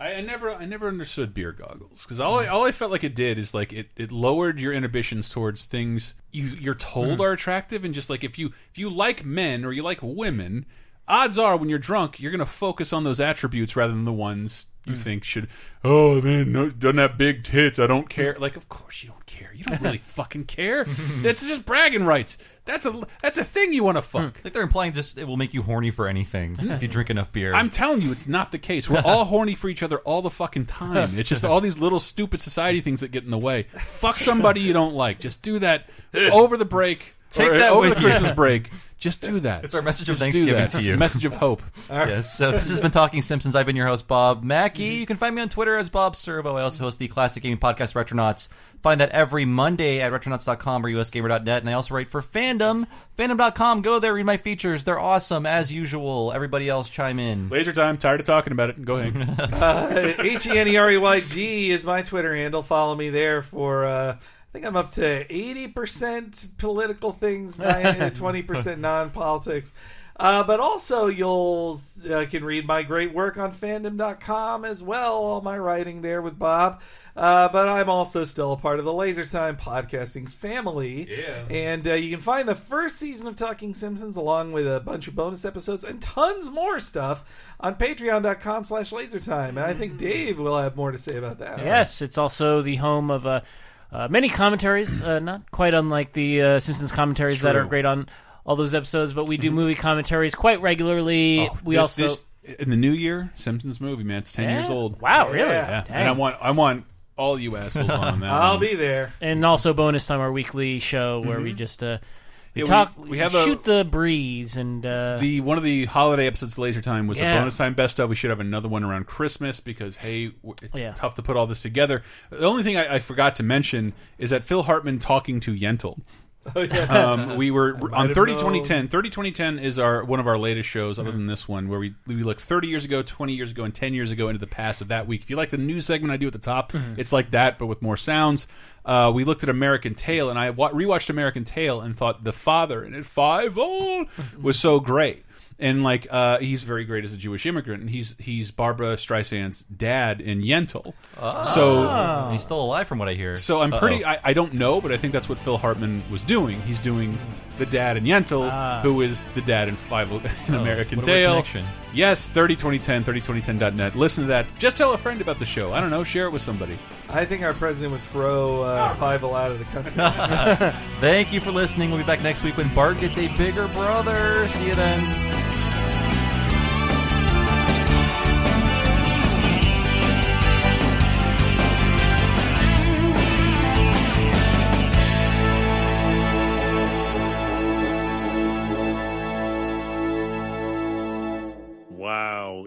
I, I never I never understood beer goggles because all I, all I felt like it did is like it, it lowered your inhibitions towards things you you're told
Hmm.
are attractive and just like if you if you like men or you like women, odds are when you're drunk you're gonna focus on those attributes rather than the ones you think should. Oh man, no, doesn't have big tits? I don't care. Like of course you don't care. You don't really fucking care. That's just bragging rights. That's a that's a thing you want to fuck.
Like they're implying just it will make you horny for anything if you drink enough beer.
I'm telling you, it's not the case. We're all horny for each other all the fucking time. It's just all these little stupid society things that get in the way. Fuck somebody you don't like. Just do that over the break.
Take
or
that
over
with
the
you.
Christmas break. Just do that.
It's our message of
Just do
Thanksgiving
that.
to you.
Message of hope.
Yes. So this has been Talking Simpsons. I've been your host, Bob Mackey. You can find me on Twitter as Bob Servo. I also host the classic gaming podcast Retronauts. Find that every Monday at retronauts.com or usgamer.net. And I also write for Fandom, fandom.com. Go there, read my features. They're awesome as usual. Everybody else chime in.
Laser time. Tired of talking about it. Go ahead.
Uh, H e n e r e y g is my Twitter handle. Follow me there for. Uh, I think I'm up to eighty percent political things, uh, twenty percent non-politics. Uh, but also, you'll uh, can read my great work on fandom.com as well. All my writing there with Bob. Uh, but I'm also still a part of the Laser Time podcasting family.
Yeah.
And uh, you can find the first season of Talking Simpsons along with a bunch of bonus episodes and tons more stuff on patreon.com slash lasertime. And I think Dave will have more to say about that.
Yes, it's also the home of uh, uh, many commentaries, uh, not quite unlike the uh, Simpsons commentaries that
True. Mm-hmm.
are great on all those episodes, but we do movie commentaries quite regularly. we
Oh, This-
also
this- in the new year Simpsons movie man. It's ten
Yeah?
years old.
Wow, really?
Yeah.
Dang.
And I want I want all you assholes on that. one.
there.
And also bonus time, our weekly show where we just uh, we
Mm-hmm. Yeah, we-
talk,
we have a-
shoot the breeze, and uh,
the one of the holiday episodes of Laser Time was a
Yeah.
bonus time best of. We should have another one around Christmas because hey, w- it's
Yeah.
tough to put all this together. The only thing I, I forgot to mention is that Phil Hartman talking to Yentl.
Oh, yeah.
um, we were
I might
on
have
30
known.
2010 30 2010 is our one of our latest shows other than this one where we, we look 30 years ago 20 years ago and 10 years ago into the past of that week if you like the news segment i do at the top it's like that but with more sounds uh, we looked at american tail and i wa- rewatched american tail and thought the father in it five old was so great and like uh, he's very great as a Jewish immigrant, and he's he's Barbara Streisand's dad in Yentl. So
he's still alive, from what I hear.
So I'm
Uh-oh.
pretty. I, I don't know, but I think that's what Phil Hartman was doing. He's doing the dad in Yentl,
Ah.
who is the dad in Five in
Oh,
American
what a weird
Tail.
connection.
Yes, 302010, 302010.net. Listen to that. Just tell a friend about the show. I don't know. Share it with somebody.
I think our president would throw uh, Fivel out of the country.
Thank you for listening. We'll be back next week when Bart gets a bigger brother. See you then.
Wow,